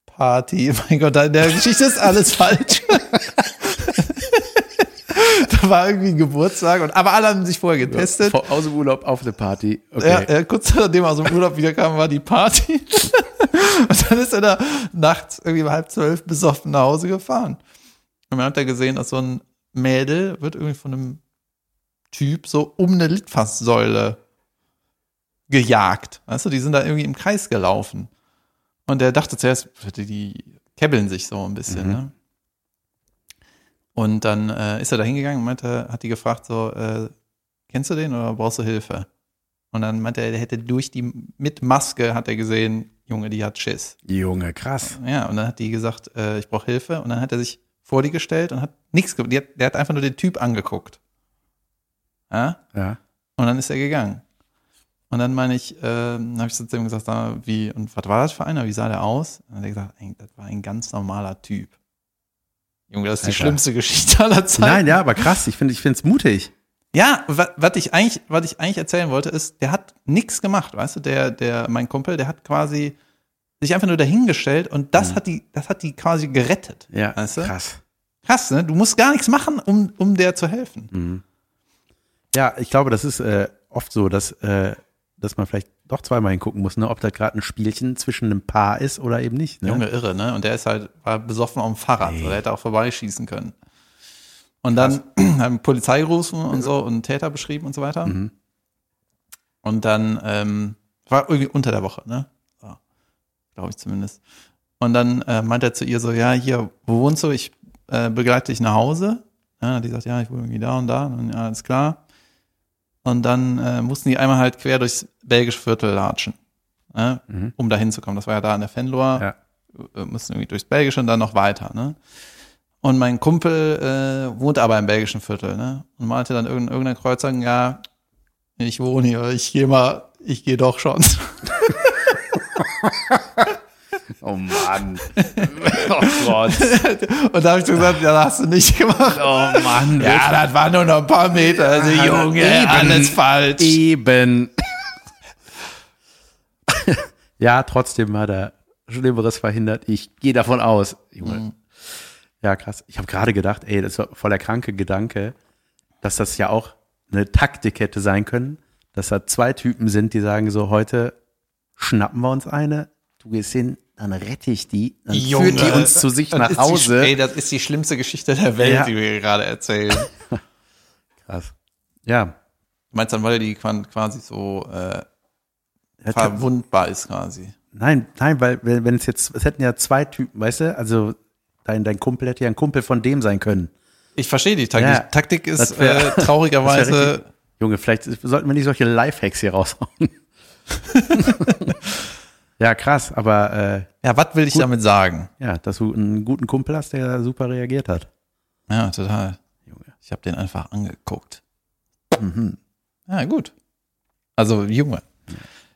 S2: Party. *laughs* Mein Gott, da in der Geschichte ist alles falsch. *laughs* da war irgendwie ein Geburtstag und aber alle haben sich vorher getestet.
S1: Vor- Aus dem Urlaub auf eine Party. Okay.
S2: Ja, ja, kurz nachdem er aus dem Urlaub wiederkam, war die Party. *laughs* und dann ist er da nachts irgendwie um halb zwölf besoffen nach Hause gefahren. Und man hat da gesehen, dass so ein Mädel wird irgendwie von einem Typ so um eine Litfaßsäule gejagt. Weißt du, die sind da irgendwie im Kreis gelaufen. Und er dachte zuerst, die- die kebbeln sich so ein bisschen,
S1: Mhm.
S2: ne? Und dann äh, ist er da hingegangen und meinte, hat die gefragt, so, äh, kennst du den oder brauchst du Hilfe? Und dann meinte er, der hätte durch die, mit Maske hat er gesehen, Junge, die hat Schiss.
S1: Junge, krass.
S2: Ja, und dann hat die gesagt, äh, ich brauche Hilfe. Und dann hat er sich vor die gestellt und hat nichts gemacht. Die hat- Der hat einfach nur den Typ angeguckt. Ja?
S1: Ja.
S2: Und dann ist er gegangen. Und dann meine ich, ähm, habe ich so zu ihm gesagt, sag mal, wie, und was war das für einer? Wie sah der aus? Und dann hat er gesagt, ey, das war ein ganz normaler Typ. Junge, das ist die
S1: Alter.
S2: schlimmste Geschichte aller Zeiten.
S1: Nein, ja, aber krass. Ich finde, ich finde es mutig.
S2: Ja, was ich eigentlich, was ich eigentlich erzählen wollte, ist, der hat nichts gemacht, weißt du, der, der, mein Kumpel, der hat quasi sich einfach nur dahingestellt und das hat die, das hat die quasi gerettet.
S1: Ja,
S2: weißt du?
S1: krass.
S2: Krass, ne? Du musst gar nichts machen, um, um der zu helfen.
S1: Ja, ich glaube, das ist äh, oft so, dass, äh, dass man vielleicht doch zweimal hingucken muss, ne, ob da gerade ein Spielchen zwischen einem Paar ist oder eben nicht. Ne?
S2: Junge, irre, ne? Und der ist halt, war besoffen auf dem Fahrrad, oder hätte auch vorbeischießen können. Und dann *clears throat* haben Polizei gerufen und so und Täter beschrieben und so weiter.
S1: Mhm.
S2: Und dann, ähm, war irgendwie unter der Woche, ne? So, Glaube ich zumindest. Und dann äh, meint er zu ihr so, ja, hier, wo wohnst du? Ich äh, begleite dich nach Hause. Ja, die sagt, ja, ich wohne irgendwie da und da. Und dann, ja, alles klar. Und dann äh, mussten die einmal halt quer durchs belgische Viertel latschen, ne?
S1: Mhm.
S2: um da hinzukommen. Das war ja da an der Fenloer
S1: Ja.
S2: äh, müssen irgendwie durchs Belgische und dann noch weiter, ne? Und mein Kumpel äh, wohnt aber im belgischen Viertel, ne? Und meinte dann irgendein, irgendein Kreuzer, ja, ich wohne hier, ich gehe mal, ich gehe doch schon. *laughs*
S3: Oh
S1: *laughs*
S3: Mann. oh Gott.
S2: Und da habe ich so gesagt, ja, das hast du nicht gemacht.
S3: Oh Mann.
S2: Ja, das waren nur noch ein paar Meter. Also, Junge,
S1: eben.
S2: alles falsch.
S1: Eben. ja, trotzdem hat er Schlimmeres verhindert. Ich gehe davon aus. Junge. Ja, krass. Ich habe gerade gedacht, ey, das war voller kranke Gedanke, dass das ja auch eine Taktik hätte sein können, dass da zwei Typen sind, die sagen so, heute schnappen wir uns eine, du gehst hin, dann rette ich die, dann führt die uns zu sich
S2: das
S1: nach
S2: ist
S1: Hause.
S2: Die, ey, das ist die schlimmste Geschichte der Welt,
S1: Ja.
S2: die wir hier gerade erzählen.
S1: krass. Ja,
S2: Du meinst dann, weil die quan- quasi so äh,
S1: hätte-
S2: verwundbar ist quasi.
S1: Nein, nein, weil wenn wenn es jetzt, es hätten ja zwei Typen, weißt du, also dein, dein Kumpel hätte ja ein Kumpel von dem sein können.
S2: Ich verstehe die Taktik.
S1: Ja.
S2: Taktik ist
S1: Das wär- *laughs*
S2: äh,
S1: Das wär
S2: traurigerweise.
S1: richtig- Junge, vielleicht sollten wir nicht solche Lifehacks hier
S3: *laughs*
S1: raushauen. ja, krass, aber äh,
S2: ja, was will ich damit sagen?
S1: ja, dass du einen guten Kumpel hast, der da super reagiert hat.
S2: Ja, total.
S1: Junge.
S2: Ich habe den einfach angeguckt. Mhm. Ja, gut. Also, Junge.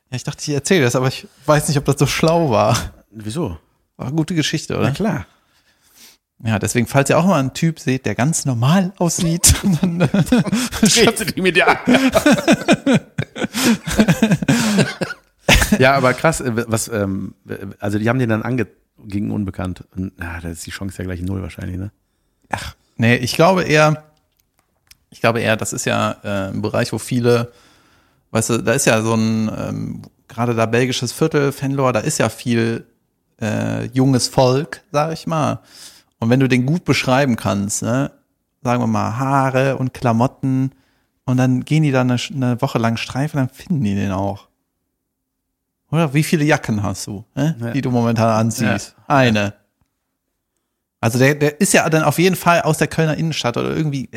S2: Ja, ich dachte, ich erzähle das, aber ich weiß nicht, ob das so schlau war.
S1: Wieso?
S2: War eine gute Geschichte, oder?
S1: klar.
S2: Ja, deswegen, falls ihr auch mal einen Typ seht, der ganz normal aussieht, *laughs* dann äh,
S3: Schätze die mit dir an.
S1: Ja, aber krass, äh, was, ähm, also die haben den dann ange gegen unbekannt. Und, na, da ist die Chance ja gleich null wahrscheinlich, ne?
S2: Ach, nee, ich glaube eher, ich glaube eher, das ist ja äh, ein Bereich, wo viele, weißt du, da ist ja so ein, ähm, gerade da belgisches Viertel, Fenloer, da ist ja viel äh, junges Volk, sag ich mal. Und wenn du den gut beschreiben kannst, ne, sagen wir mal Haare und Klamotten, und dann gehen die da eine, Sch- eine Woche lang streifen, dann finden die den auch. Oder wie viele Jacken hast du, ne,
S1: Ja.
S2: die du momentan anziehst? Eine. Also der, der ist ja dann auf jeden Fall aus der Kölner Innenstadt oder irgendwie,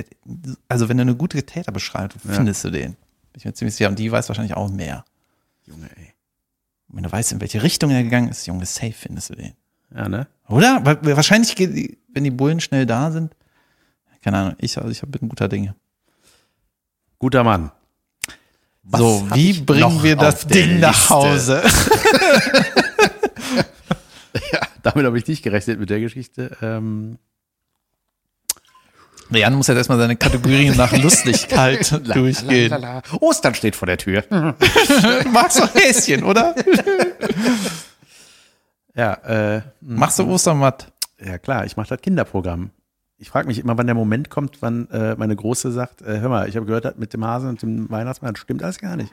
S2: also wenn du eine gute Täter beschreibst, findest du den. Bin ich mir ziemlich sicher. Und die weiß wahrscheinlich auch mehr.
S1: Junge, ey.
S2: Und wenn du weißt, in welche Richtung er gegangen ist, Junge, safe findest du den.
S1: Ja, ne?
S2: Oder? Wa- Wahrscheinlich, geht die- wenn die Bullen schnell da sind. Keine Ahnung, ich, also ich bin guter Dinge.
S1: Guter Mann.
S2: so,
S1: hab
S2: wie
S1: ich
S2: bringen
S1: noch
S2: wir
S1: auf
S2: das
S1: der
S2: Ding nach
S1: Liste?
S2: Hause?
S1: *laughs* Damit habe ich nicht gerechnet mit der Geschichte. Ähm,
S2: Jan muss jetzt erstmal seine Kategorien *laughs* nach Lustigkeit durchgehen.
S3: Lala. Ostern steht vor der Tür.
S2: Magst du Häschen, oder?
S1: ja, äh,
S2: Machst du Ostermatt?
S1: ja klar, ich mache das Kinderprogramm. Ich frage mich immer, wann der Moment kommt, wann äh, meine Große sagt, äh, hör mal, ich habe gehört, das mit dem Hasen und dem Weihnachtsmann das stimmt alles gar nicht.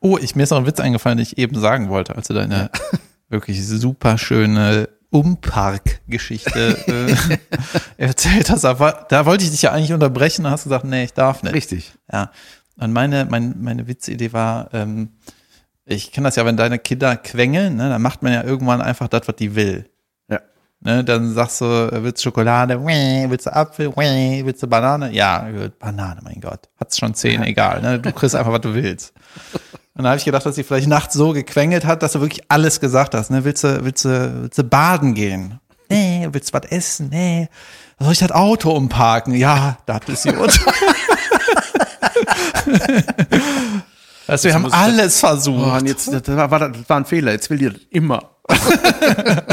S2: Oh, ich, mir ist noch ein Witz eingefallen, den ich eben sagen wollte, als du deine *laughs* wirklich super schöne Umpark-Geschichte äh, *laughs* erzählt hast. Aber da wollte ich dich ja eigentlich unterbrechen und hast gesagt, nee, ich darf nicht.
S1: Richtig.
S2: Ja. Und meine, meine, meine Witzidee war, ähm, ich kenne das ja, wenn deine Kinder quengeln, ne, dann macht man ja irgendwann einfach das, was die will.
S1: Ja.
S2: Ne, dann sagst du, äh, willst du Schokolade, Wäh, willst du Apfel, Wäh, willst du Banane? Ja, gut, Banane, mein Gott. Hat's schon zehn, egal. Ne? Du kriegst einfach, was du willst. Und da habe ich gedacht, dass sie vielleicht nachts so gequengelt hat, dass du wirklich alles gesagt hast. Ne? Willst, du, willst, du, willst du baden gehen? Nee, willst du was essen? Nee. Soll ich das Auto umparken? Ja, das ist die *laughs* Urteil. also wir haben alles versucht.
S1: Oh, und jetzt, das war, war, das war ein Fehler, jetzt will die das immer. *laughs*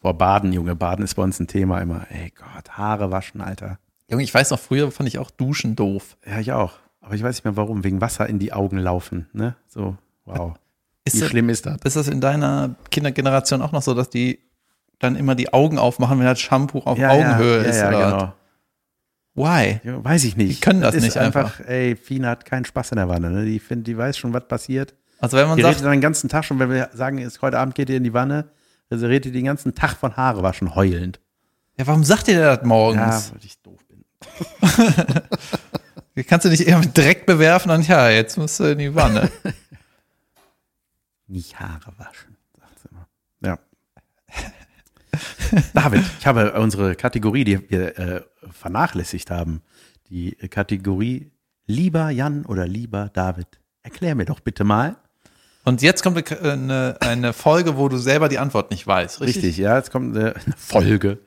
S1: Boah, Baden, Junge, Baden ist bei uns ein Thema immer. Ey Gott, Haare waschen, Alter.
S2: Junge, ich weiß noch, früher fand ich auch Duschen doof.
S1: Ja, ich auch. Aber ich weiß nicht mehr warum. Wegen Wasser in die Augen laufen, ne? So,
S2: *laughs*
S1: wow.
S2: Ist
S1: Wie
S2: das-
S1: schlimm ist das?
S2: Ist das in deiner Kindergeneration auch noch so, dass die dann immer die Augen aufmachen, wenn das Shampoo auf Augenhöhe
S1: ja,
S2: ist?
S1: Ja,
S2: oder was?
S1: genau.
S2: Why?
S1: Ja, weiß ich nicht.
S2: Die können das
S1: ist
S2: nicht einfach.
S1: Ey, Fina hat keinen Spaß in der Wanne. Ne? Die, find, die weiß schon, was passiert.
S2: Also wenn man
S1: Die
S2: sagt,
S1: redet dann den ganzen Tag schon, wenn wir sagen, jetzt heute Abend geht ihr in die Wanne, also redet ihr den ganzen Tag von Haare waschen heulend.
S2: ja, warum sagt ihr das morgens?
S1: Ja, weil ich doof bin.
S2: Kannst du nicht eher mit Dreck bewerfen und ja, jetzt musst du in die Wanne. *laughs*
S1: Nicht Haare waschen, sagt sie immer. Ja. *laughs* David, ich habe unsere Kategorie, die wir äh, vernachlässigt haben, die Kategorie Lieber Jan oder lieber David. Erklär mir doch bitte mal.
S2: Und jetzt kommt eine- eine, eine Folge, wo du selber die Antwort nicht weißt, richtig?
S1: Richtig, ja, jetzt kommt eine *laughs* eine Folge.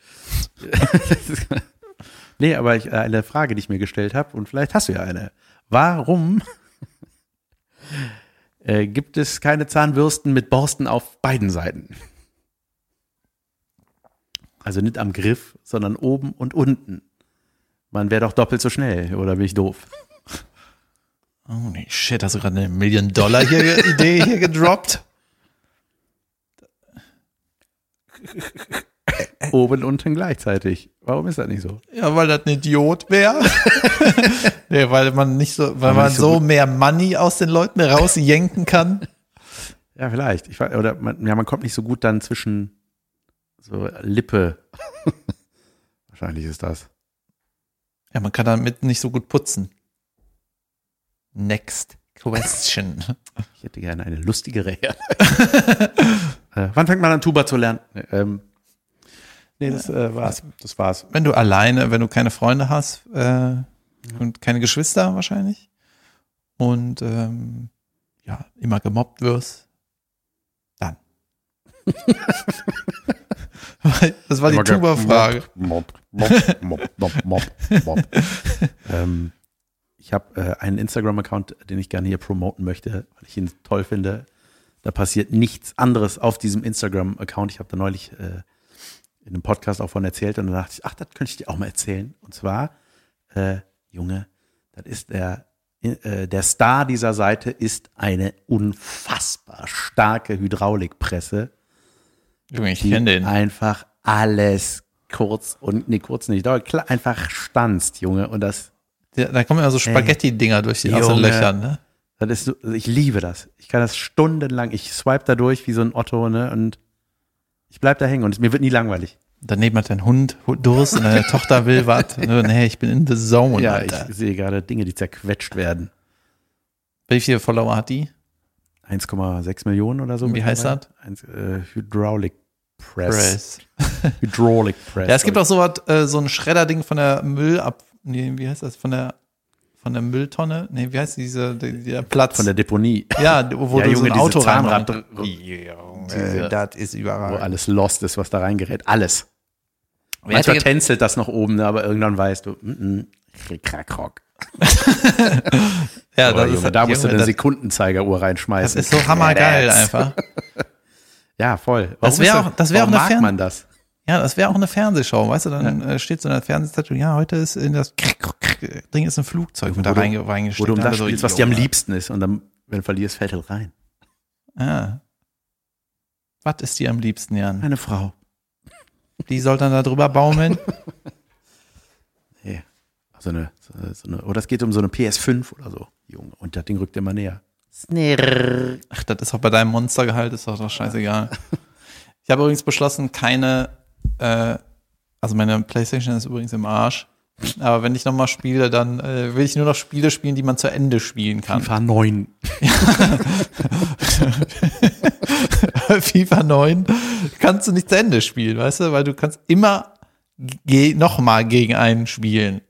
S1: nee, aber ich, äh, eine Frage, die ich mir gestellt habe, und vielleicht hast du ja eine. Warum *laughs* äh, gibt es keine Zahnbürsten mit Borsten auf beiden Seiten? Also nicht am Griff, sondern oben und unten. Man wäre doch doppelt so schnell, oder bin ich doof?
S2: Oh nee, shit, hast du gerade eine
S1: *laughs*
S2: Million-Dollar-Idee hier gedroppt?
S1: Oben und unten gleichzeitig. Warum ist das nicht so?
S2: Ja, weil das ein
S1: *laughs*
S2: Idiot wäre. nee, weil man nicht so, weil
S1: man
S2: man
S1: nicht
S2: so,
S1: so
S2: mehr Money aus den Leuten rausjenken kann.
S1: Ja, vielleicht. Ich, weiß- oder man, ja, man kommt nicht so gut dann zwischen so *laughs* Lippe. Wahrscheinlich ist das.
S2: Ja, man kann damit nicht so gut putzen. Next question.
S1: Ich hätte gerne eine lustigere Herleitung. *laughs* äh, wann fängt man an, Tuba zu lernen? Nee, ähm, nee das äh, war's. Das war's.
S2: wenn du alleine, wenn du keine Freunde hast äh, und keine Geschwister wahrscheinlich und ähm, ja, immer gemobbt wirst, dann. das war die Tuba-Frage.
S3: Mob, mob, mob, mob, mob,
S2: *laughs*
S3: mob.
S1: Ähm, ich habe äh, einen Instagram-Account, den ich gerne hier promoten möchte, weil ich ihn toll finde. Da passiert nichts anderes auf diesem Instagram-Account. Ich habe da neulich äh, in einem Podcast auch von erzählt und dann dachte ich, ach, das könnte ich dir auch mal erzählen. Und zwar, äh, Junge, das ist der, äh, der Star dieser Seite ist eine unfassbar starke Hydraulikpresse
S2: Junge, ich
S1: die
S2: kenne den.
S1: einfach alles kurz und nee, kurz nicht, aber klar, einfach stanzt, Junge. Und das,
S2: Der- Da kommen immer so Spaghetti-Dinger durch die aus den
S1: Junge.
S2: Löchern, ne?
S1: das ist so, also ich liebe das. Ich kann das stundenlang, ich swipe da durch wie so ein Otto, ne? Und ich bleib da hängen und mir wird nie langweilig.
S2: Daneben hat dein Hund Durst und deine Tochter will was. Ne, Nee, ich bin in the zone,
S1: ja,
S2: Alter.
S1: ich sehe gerade Dinge, die zerquetscht werden.
S2: Wie viele Follower hat die?
S1: 1,6 Millionen oder so.
S2: Wie heißt
S1: mittlerweile.
S2: das?
S1: Eins, äh, Hydraulic Press.
S2: Press.
S1: Hydraulic Press.
S2: Ja, es gibt auch so was, äh, so ein Schredderding von der Müllab, nee, wie heißt das, von der, von der Mülltonne? Nee, wie heißt diese, der, der Platz?
S1: von der Deponie.
S2: ja, wo
S1: Ja,
S2: du
S1: Junge,
S2: so ein Auto
S1: diese Zahnrad- Äh,
S2: reinmachen-
S1: Diese-
S2: Das ist
S1: Wo
S2: überall.
S1: alles lost ist, was da reingerät. Alles.
S2: Wer hätte,
S1: Manchmal
S2: ge-
S1: tänzelt das noch oben, ne, aber irgendwann weißt du, mm -mm, Krieg, krack, rock.
S2: Ja,
S1: Oder,
S2: das ist
S1: Junge,
S2: halt-
S1: da musst du
S2: Junge,
S1: eine
S2: das-
S1: Sekundenzeigeruhr
S2: Das
S1: reinschmeißen.
S2: ist so hammergeil einfach.
S1: Ja, voll. Warum
S2: Das wär
S1: ist
S2: auch- das wär
S1: warum
S2: auch eine
S1: mag
S2: Fern-
S1: man das?
S2: Ja, das wäre auch eine Fernsehshow, weißt du? Dann äh, steht so in der Fernsehstatue, ja, heute ist in das Krick, Krick, Krick, Ding ist ein Flugzeug mit da
S1: Wo du-
S2: reinge
S1: Wo
S2: reingesteckt.
S1: du um das
S2: Also so,
S1: spielst, was dir am
S2: Junge.
S1: liebsten ist. Und dann, wenn du verlierst, fällt halt rein.
S2: Ja. Was ist dir am liebsten, Jan?
S1: Eine Frau.
S2: Die soll dann da drüber baumeln.
S1: Nee. So Also eine, so eine- so eine, oder es geht um so eine PS5 oder so. Junge. Und das Ding rückt immer näher.
S2: Ach, das ist auch bei deinem Monstergehalt, ist doch, doch scheißegal. Ich habe übrigens beschlossen, keine, äh, also meine Playstation ist übrigens im Arsch. Aber wenn ich nochmal spiele, dann äh, will ich nur noch Spiele spielen, die man zu Ende spielen kann.
S1: FIFA 9.
S2: *laughs* FIFA 9 kannst du nicht zu Ende spielen, weißt du? Weil du kannst immer ge nochmal gegen einen spielen.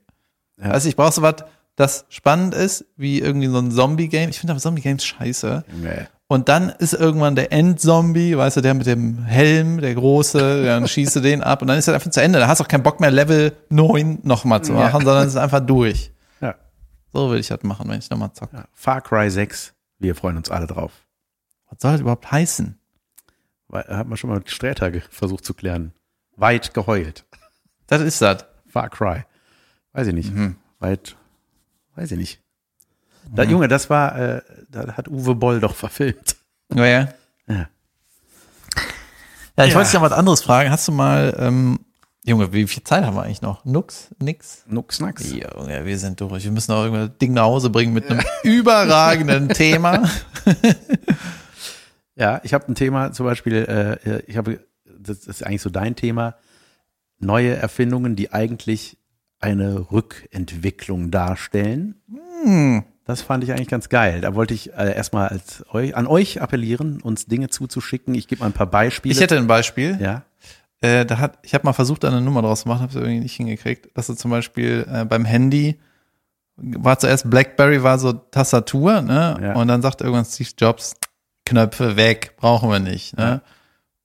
S1: Ja.
S2: Weißt du, ich brauche so was, das spannend ist, wie irgendwie so ein Zombie-Game. Ich finde aber Zombie-Games scheiße.
S1: Junge.
S2: Und dann ist irgendwann der Endzombie, weißt du, der mit dem Helm, der große, dann schießt du den ab und dann ist das einfach zu Ende. Da hast du auch keinen Bock mehr, Level 9 nochmal zu machen, sondern es ist einfach durch.
S1: Ja.
S2: So will ich das machen, wenn ich nochmal zocke.
S1: Ja. Far Cry 6. Wir freuen uns alle drauf.
S2: Was soll das überhaupt heißen?
S1: Weil, hat man schon mal mit Sträter ge- versucht zu klären. Weit geheult.
S2: Das ist das.
S1: Far Cry. Weiß ich nicht.
S2: Mhm.
S1: Weit, weiß ich nicht. Da, Junge, das war, äh, da hat Uwe Boll doch verfilmt.
S2: Ja, ja.
S1: Ja.
S2: Ja, ich
S1: Ja.
S2: wollte dich noch was anderes fragen. Hast du mal, ähm, Junge, wie viel Zeit haben wir eigentlich noch? Nux? Nix?
S1: Nuxnax.
S2: Junge, wir sind durch. Wir müssen auch irgendein Ding nach Hause bringen mit einem
S1: *laughs*
S2: überragenden Thema.
S1: Ja, ich habe ein Thema, zum Beispiel, äh, ich habe, das ist eigentlich so dein Thema, neue Erfindungen, die eigentlich eine Rückentwicklung darstellen.
S2: Hm,
S1: Das fand ich eigentlich ganz geil. Da wollte ich äh, erstmal als euch, an euch appellieren, uns Dinge zuzuschicken. Ich gebe mal ein paar Beispiele.
S2: Ich hätte ein Beispiel.
S1: ja,
S2: Äh, da hat, ich habe mal versucht, da eine Nummer draus zu machen, habe es irgendwie nicht hingekriegt. Dass du zum Beispiel äh, beim Handy war zuerst BlackBerry war so Tastatur, ne?
S1: Ja.
S2: Und dann sagt irgendwann Steve Jobs Knöpfe weg, brauchen wir nicht, ne?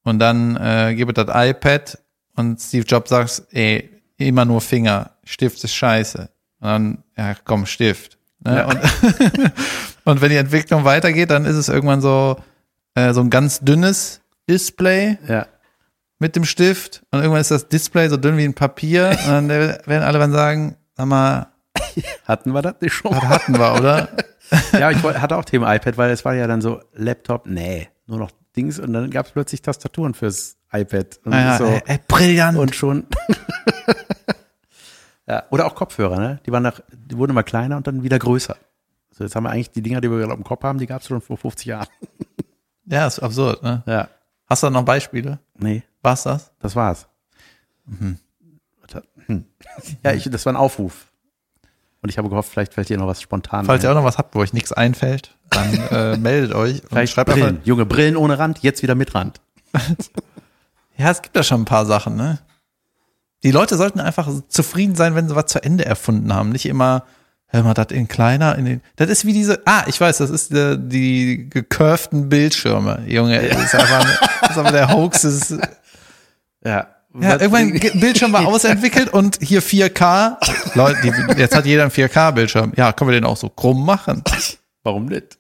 S2: Und dann äh, gibt es das iPad und Steve Jobs sagt, ey, immer nur Finger, Stift ist scheiße. Und dann, ja, komm, Stift. Ne? Und, *laughs* und wenn die Entwicklung weitergeht, dann ist es irgendwann so, äh, so ein ganz dünnes Display
S1: ja.
S2: mit dem Stift und irgendwann ist das Display so dünn wie
S1: *laughs*
S2: ein Papier und dann werden alle dann sagen, sag mal,
S1: Hatten wir das nicht schon?
S2: das
S1: mal?
S2: hatten wir,
S1: *laughs*
S2: oder?
S1: ja, ich wollte- hatte auch Thema iPad, weil es war ja dann so Laptop, nee, nur noch Dings und dann gab es plötzlich Tastaturen fürs iPad. Und
S2: Naja,
S1: so.
S2: ey, ey, brillant.
S1: und schon. *laughs* ja, oder auch Kopfhörer, ne? Die waren nach, die wurden immer kleiner und dann wieder größer. Also jetzt haben wir eigentlich die Dinger, die wir gerade auf dem Kopf haben, die gab es schon vor 50 Jahren.
S2: ja, ist absurd, ne?
S1: Ja.
S2: Hast du da noch Beispiele?
S1: Nee,
S2: War's das?
S1: das war's. Mhm. Warte. Hm. Ja, ich, das war ein Aufruf. Und ich habe gehofft, vielleicht fällt dir noch was spontan.
S2: Falls ihr
S1: ein.
S2: auch noch was habt, wo euch nichts einfällt, dann
S1: *laughs*
S2: äh, meldet euch und
S1: vielleicht
S2: schreibt
S1: Brillen.
S2: einfach.
S1: Junge, Brillen ohne Rand, jetzt wieder mit Rand.
S2: Ja, es gibt da schon ein paar Sachen, ne? Die Leute sollten einfach zufrieden sein, wenn sie was zu Ende erfunden haben. Nicht immer, hör mal, das in kleiner, in den. Das ist wie diese, ah, ich weiß, das ist äh, die gecurvten Bildschirme. Junge, ist einfach, ist einfach der Hoax ist
S1: Ja.
S2: Ja,
S1: Was-
S2: *laughs* irgendwann ge- Bildschirm war ausentwickelt und hier 4K. Leute, die, jetzt hat jeder einen 4K-Bildschirm. Ja, können wir den auch so krumm machen?
S1: Warum nicht?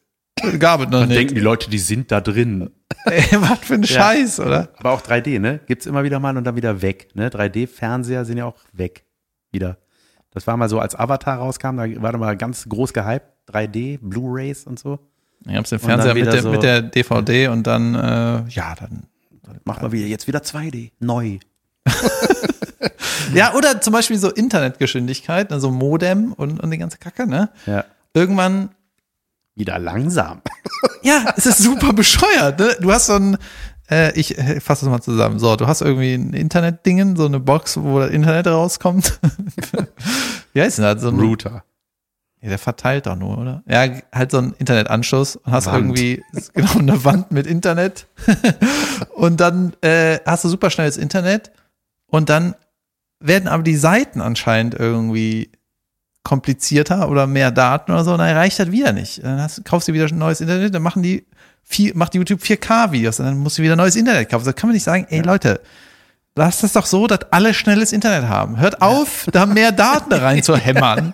S2: Gab es noch
S1: Dann
S2: nicht.
S1: denken die Leute, die sind da drin.
S2: Ey, was für ein Scheiß, oder?
S1: Aber auch 3D, ne? Gibt's immer wieder mal und dann wieder weg. Ne? 3D-Fernseher sind ja auch weg. Wieder. Das war mal so, als Avatar rauskam, da war da mal ganz groß gehypt. 3D, Blu-Rays und so.
S2: Ich hab's den
S1: dann
S2: Fernseher mit
S1: wieder
S2: der,
S1: so-
S2: mit der DVD und dann, äh, ja, dann.
S1: Mach mal wieder, jetzt wieder 2D. Neu.
S2: Ja, oder zum Beispiel so Internetgeschwindigkeit, also Modem und, und die ganze Kacke, ne?
S1: Ja.
S2: Irgendwann
S1: Wieder langsam.
S2: Ja, es ist super *laughs* bescheuert. Ne? Du hast so ein, äh, ich äh, fasse das mal zusammen. So, du hast irgendwie ein Internet-Dingen, so eine Box, wo das Internet rauskommt. *laughs* Wie heißt denn das? So
S1: *laughs*
S2: ein,
S1: Router.
S2: Ja, der verteilt doch nur, oder? Ja, halt so einen Internetanschluss und hast
S1: Wand.
S2: irgendwie genau eine Wand mit Internet. *laughs* und dann äh, hast du super schnelles Internet und dann werden aber die Seiten anscheinend irgendwie komplizierter oder mehr Daten oder so, und dann reicht das wieder nicht. Dann hast, kaufst du wieder ein neues Internet, dann machen die vier, macht YouTube 4K-Videos und dann musst du wieder neues Internet kaufen. Da kann man nicht sagen, ey Leute, lasst das
S1: *laughs*
S2: doch so, dass alle schnelles Internet haben. Hört auf, da mehr Daten reinzuhämmern.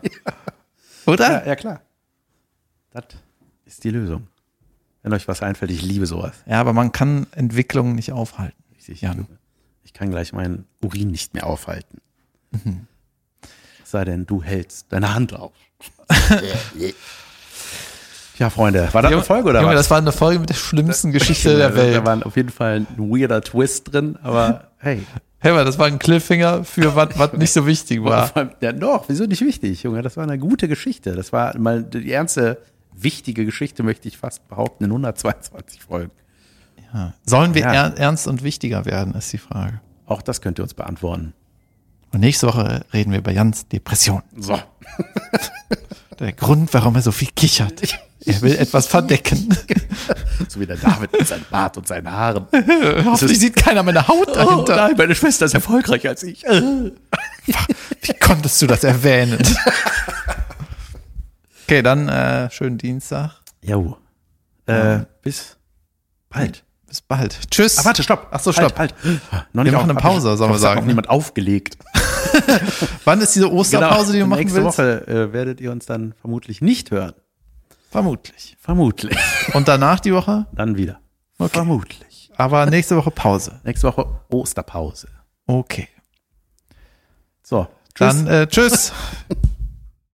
S2: Oder?
S1: Ja, ja klar. Das ist die Lösung. Wenn euch was einfällt, ich liebe sowas.
S2: Ja, aber man kann Entwicklungen nicht aufhalten.
S1: Richtig.
S2: Jan.
S1: Ich kann gleich meinen Urin nicht mehr aufhalten. Mhm. Es sei denn, du hältst deine Hand auf. ja, Freunde, war das eine Folge oder
S2: Junge,
S1: was?
S2: das war eine Folge mit der schlimmsten Geschichte
S1: Ja,
S2: der
S1: das- Da
S2: Welt.
S1: war auf jeden Fall ein weirder Twist drin, aber hey,
S2: *laughs* Hey, man, das war ein Cliffhanger für was, was nicht so wichtig
S1: *laughs*
S2: war.
S1: vor allem, ja doch, wieso nicht wichtig, Junge? Das war eine gute Geschichte. Das war mal die ernste, wichtige Geschichte, möchte ich fast behaupten, in 122 Folgen.
S2: Sollen wir
S1: Ja.
S2: er ernst und wichtiger werden, ist die Frage.
S1: Auch das könnt ihr uns beantworten.
S2: Und nächste Woche reden wir über Jans Depression.
S1: So.
S2: Der Grund, warum er so viel kichert. Er will
S1: *laughs*
S2: etwas verdecken.
S1: *laughs* So wie der David mit seinem Bart und seinen Haaren.
S2: *laughs* Hoffentlich sieht keiner meine Haut
S1: Oh
S2: dahinter.
S1: nein, meine Schwester ist erfolgreicher als ich.
S2: Wie konntest du
S1: *laughs*
S2: das erwähnen? okay, dann äh, schönen Dienstag.
S1: Jo. Äh, bis bald.
S2: Bis bald. Tschüss.
S1: Ah, warte, stopp.
S2: Ach so, stopp.
S1: Halt, halt. Noch
S2: Wir machen eine Pause, sollen wir sagen.
S1: Noch niemand aufgelegt.
S2: Wann ist diese Osterpause, die du machen
S1: Genau. Nächste
S2: willst?
S1: Woche äh, werdet ihr uns dann vermutlich nicht hören.
S2: Vermutlich.
S1: Vermutlich.
S2: Und danach die Woche?
S1: Dann wieder.
S2: Okay.
S1: Vermutlich.
S2: Aber nächste Woche Pause.
S1: Nächste Woche Osterpause.
S2: Okay.
S1: So.
S2: Dann äh, tschüss.